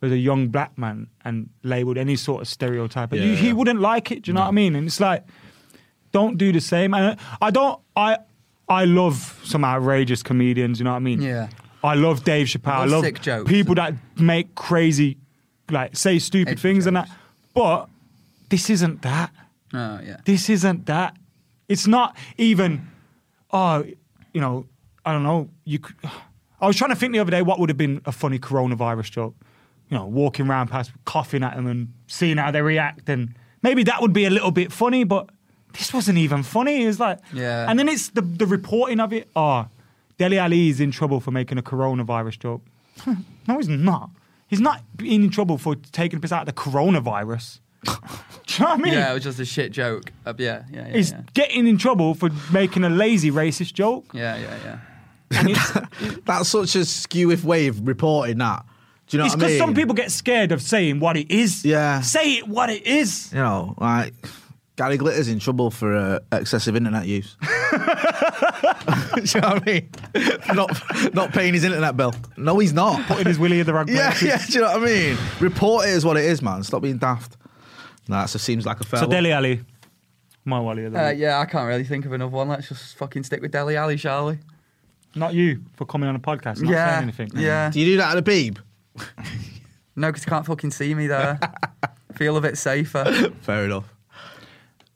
as a young black man and labeled any sort of stereotype, and Yeah, you, he yeah. wouldn't like it. Do you know what I mean? And it's like, don't do the same. And I don't. I I love some outrageous comedians. You know what I mean? Yeah. I love Dave Chappelle. I love love sick jokes. people that make crazy, like say stupid Edgy things and jokes. that. But this isn't that. Oh yeah. This isn't that. It's not even. Oh, you know, I don't know. You. c- I was trying to think the other day what would have been a funny coronavirus joke. You know, walking around past, coughing at them and seeing how they react, and maybe that would be a little bit funny. But this wasn't even funny. It was like, Yeah. And then it's the the reporting of it. Oh, Deli Ali is in trouble for making a coronavirus joke. no, he's not. He's not in trouble for taking the piss out of the coronavirus. Do you know what I mean? Yeah, it was just a shit joke. Uh, yeah, yeah, yeah. He's yeah. getting in trouble for making a lazy racist joke. Yeah, yeah, yeah. And it's That's such a skeweth way of reporting that. Do you know what I because mean? some people get scared of saying what it is. Yeah. Say it what it is. You know, like Gary Glitter's in trouble for uh, excessive internet use. Do you know what I mean? Not not paying his internet bill. No, he's not. Putting his willy in the rug. Yeah, places. yeah. Do you know what I mean? Report it is what it is, man. Stop being daft. Nah, that seems like a fair. So one. Deli Ali, my Wally, of the Uh, week. yeah, I can't really think of another one. Let's just fucking stick with Deli Alley, shall we? not you for coming on a podcast, and not yeah. saying anything. Yeah. Do you do that at a beeb? No, because you can't fucking see me there. Feel a bit safer. Fair enough.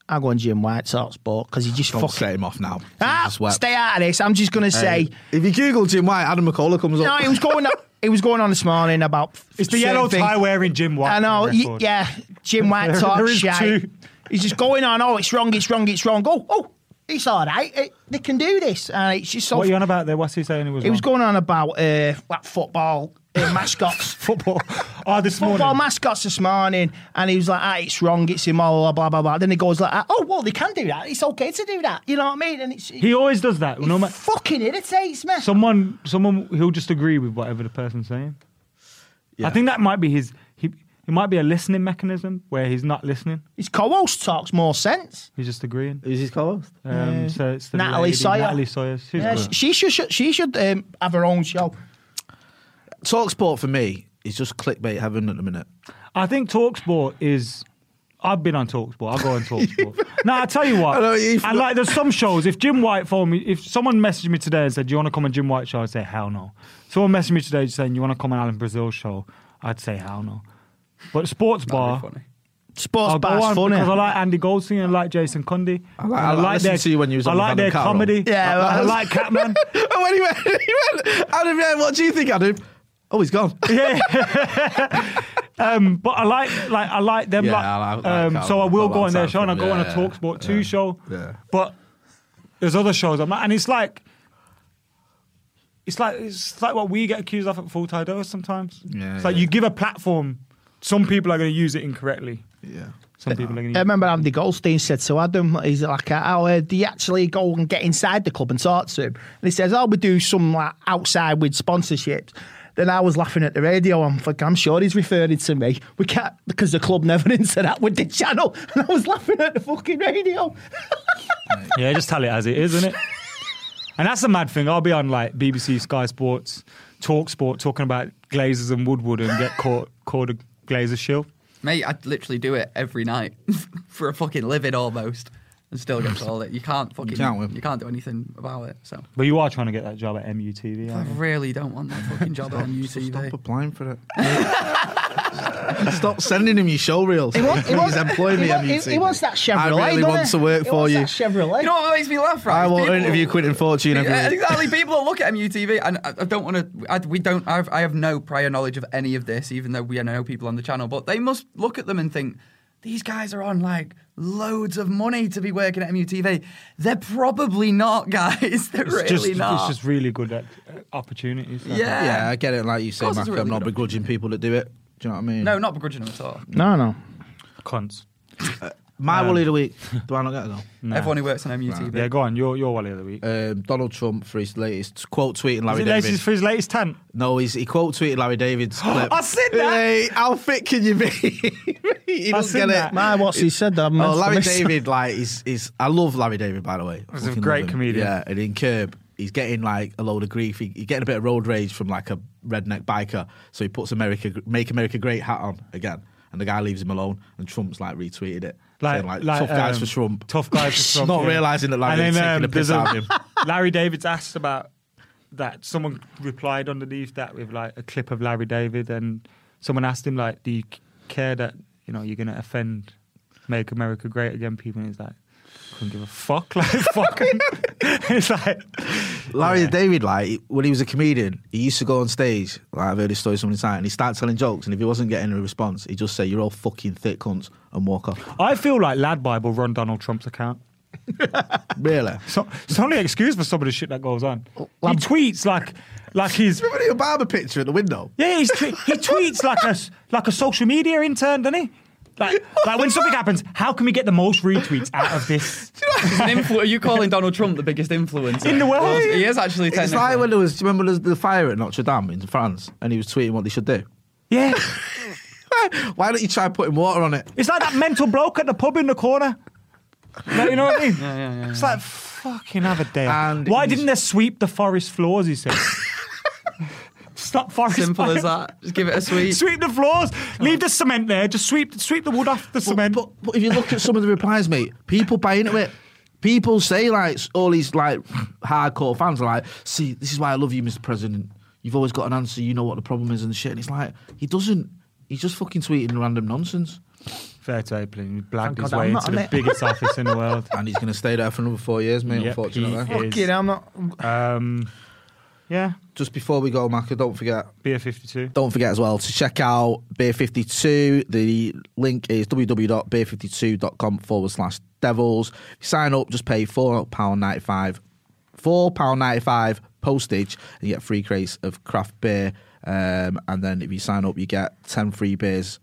I go on Jim White's hotspot because he just Don't fucking. set him off now. Ah, Jesus, wept. stay out of this. I'm just gonna say. If you Google Jim White, Adam McCullough comes No, up. it was going. On, it was going on this morning about. It's the certain yellow things. tie wearing Jim White. I know. y- record. yeah, Jim White There- talks there is shite. two. He's just going on. Oh, it's wrong. It's wrong. It's wrong. Oh, oh, it's all right. It, they can do this, and it's just so. What are you on about there? What's he saying? It was. It was wrong? going on about uh, like football uh, mascots. football. Ah, this morning. Football mascots this morning, and he was like, ah, it's wrong, it's immoral, blah, blah, blah. Then he goes like, oh, well, they can do that. It's okay to do that. You know what I mean? And it's, it he always does that. No matter fucking irritates me. someone, someone, he'll just agree with whatever the person's saying. Yeah. I think that might be his. He, it might be a listening mechanism where he's not listening. His co-host talks more sense. He's just agreeing. Who's his co-host? Um, So it's the Natalie lady, Sawyer. Natalie Sawyer. She's Yeah, good. she, she should, she should um, have her own show. Talksport for me is just clickbait heaven at the minute. I think Talksport is. I've been on Talksport. I go on Talksport. now I tell you what. I know, you- I like there's some shows. If Jim White phoned me, if someone messaged me today and said, "Do you want to come on Jim White show?" I'd say, "Hell no." Someone messaged me today saying, "You want to come on Alan Brazil show?" I'd say, "Hell no." But sports That'd bar, be funny. Sports I'll go bar's on funny. because I like Andy Goldstein, I like Jason Cundy, I like- I listened to you when you was I on with like Adam their Carroll. comedy. Yeah, I, well, I like Catman. Oh, when he went, he went, Adam, yeah, what do you think, Adam? Oh, he's gone. um, but I like like I like them. Yeah, like, I like- like um, Carl- so I will Carl go on their Lansdowne show and I from- go on a yeah, Talksport Sport yeah, Two show. yeah. But there's other shows I'm like, and it's like It's like it's like what we get accused of at full tide over sometimes. Yeah, it's like yeah. you give a platform, some people are going to use it incorrectly. Yeah. Some people are going I to. use remember Andy Goldstein said to Adam, he's like, "How uh, do you actually go and get inside the club and talk to him?" And he says, "Oh, we do some like outside with sponsorships." Then I was laughing at the radio. I'm like, I'm sure he's referring to me. We can't because the club never interact with the channel. And I was laughing at the fucking radio. Yeah, just tell it as it is, isn't it? and that's the mad thing. I'll be on like BBC, Sky Sports, Talk Sport, talking about Glazers and Woodward and get caught called a Glazer shill. Mate, I literally do it every night for a fucking living almost, and still get told it. You can't fucking, you can't win. can't, do anything about it. So But you are trying to get that job at MUTV. I Aren't you? really don't want that fucking job on UTV. Stop applying for it. Stop sending him your show reels. Please employ me, he, wa- he- MUT. he wants that Chevrolet. I really doesn't want he? to work He for wants you. that Chevrolet. You know what makes me laugh, right? I will People- interview Quentin Fortune every Yeah, week. exactly. People are looking at MUTV, and I, I don't want to. I, we don't. I've, I have no prior knowledge of any of this, even though we know people on the channel. But they must look at them and think these guys are on like loads of money to be working at MUTV. They're probably not, guys. They're It's really just not. it's just really good uh, opportunities. yeah. Yeah, I get it. Like you say, course Mac, it's a really I'm not good begrudging people that do it. Do you know what I mean? No, not begrudging them at all. no, no. cunts. My Wally of the week. Do I not get it though? Everyone who works on MUTV. Yeah, go on. Your your Wally of the week. Um, Donald Trump for his latest quote tweeting Is Larry it David. latest for his latest tent? No, he's, he quote tweeted Larry David's clip. I seen that. Hey, how fit can you be? he I doesn't seen get that. it. My what's he said that? Oh, Larry David, like, is is. I love Larry David, by the way. He's a Fucking great love him. comedian. Yeah, and in Curb, he's getting like a load of grief. He, he's getting a bit of road rage from like a redneck biker, so he puts America, make America great hat on again, and the guy leaves him alone, and Trump's like retweeted it, saying, like, tough guys um, for Trump, Tough guys for Trump. not yeah. realizing that Larry And David's then, taking um, the piss there's a- out of him. Larry David's asked about that. Someone replied underneath that with like a clip of Larry David, and someone asked him like, "Do you c- care that you know you're going to offend Make America Great Again people?" And he's like, "Couldn't give a fuck." Like fucking, it's like Larry David, like when he was a comedian, he used to go on stage. Like I've heard his story so many times, and he started telling jokes. And if he wasn't getting a response, he'd just say, "You're all fucking thick cunts," and walk off. I feel like Lad Bible run Donald Trump's account. Really? So, it's only an excuse for some of the shit that goes on. He tweets like, like he's Remember the Obama picture in the window? Yeah, he's twe- he tweets like a s- like a social media intern, doesn't he? Like, like when something happens, how can we get the most retweets out of this? He's an influ- are you calling Donald Trump the biggest influencer In the world? Well, he is actually. It's Technically. like when there was. Do you remember the the fire at Notre Dame in France, and he was tweeting what they should do. Yeah, Why don't you try putting water on it? it's like that mental bloke at the pub in the corner. Like, you know what I mean? it's like fucking have a day. And Why he's- didn't they sweep the forest floors? He said. Stop forest. Simple fires. as that. Just give it a sweet. Sweep the floors. Leave the cement there. Just sweep sweep the wood off the cement. But, but if you look at some of the replies, mate, people buy into it. People say like all these like hardcore fans are like, "See, this is why I love you, Mr. President. You've always got an answer. You know what the problem is and shit." And it's like he doesn't. He's just fucking tweeting random nonsense, Fair to Aplin. He blagged Thank his God way I'm not into the on it. biggest office in the world. and he's gonna stay there for another four years, mate. Yep, unfortunately. he is. Fucking, I'm not. Um, yeah, Just before we go, Maka, don't forget beer fifty-two. Don't forget as well to check out Beer 52. The link is www.beer52.com forward slash devils. If you sign up, just pay £4.95. £4.95 postage and you get free crates of craft beer. Um, and then if you sign up, you get 10 free beers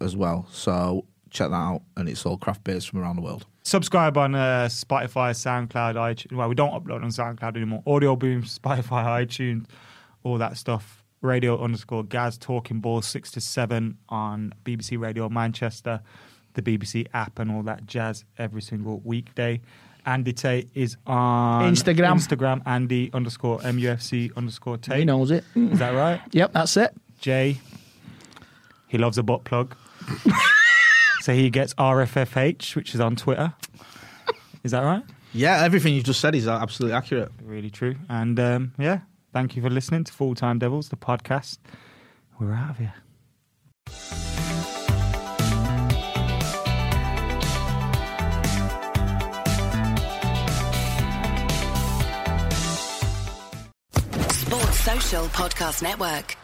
as well. So check that out. And it's all craft beers from around the world. Subscribe on uh, Spotify, SoundCloud, iTunes. Well, we don't upload on SoundCloud anymore. Audio Boom, Spotify, iTunes, all that stuff. Radio underscore Gaz Talking Ball six to seven on BBC Radio Manchester, the BBC app, and all that jazz every single weekday. Andy Tate is on Instagram. Instagram Andy underscore MUFC underscore Tate. He knows it. Is that right? Yep, that's it. Jay, he loves a butt plug. so he gets RFFH, which is on Twitter. Is that right? Yeah, everything you've just said is absolutely accurate. Really true. And um, yeah, thank you for listening to Full Time Devils, the podcast. We're out of here. Sports Social Podcast Network.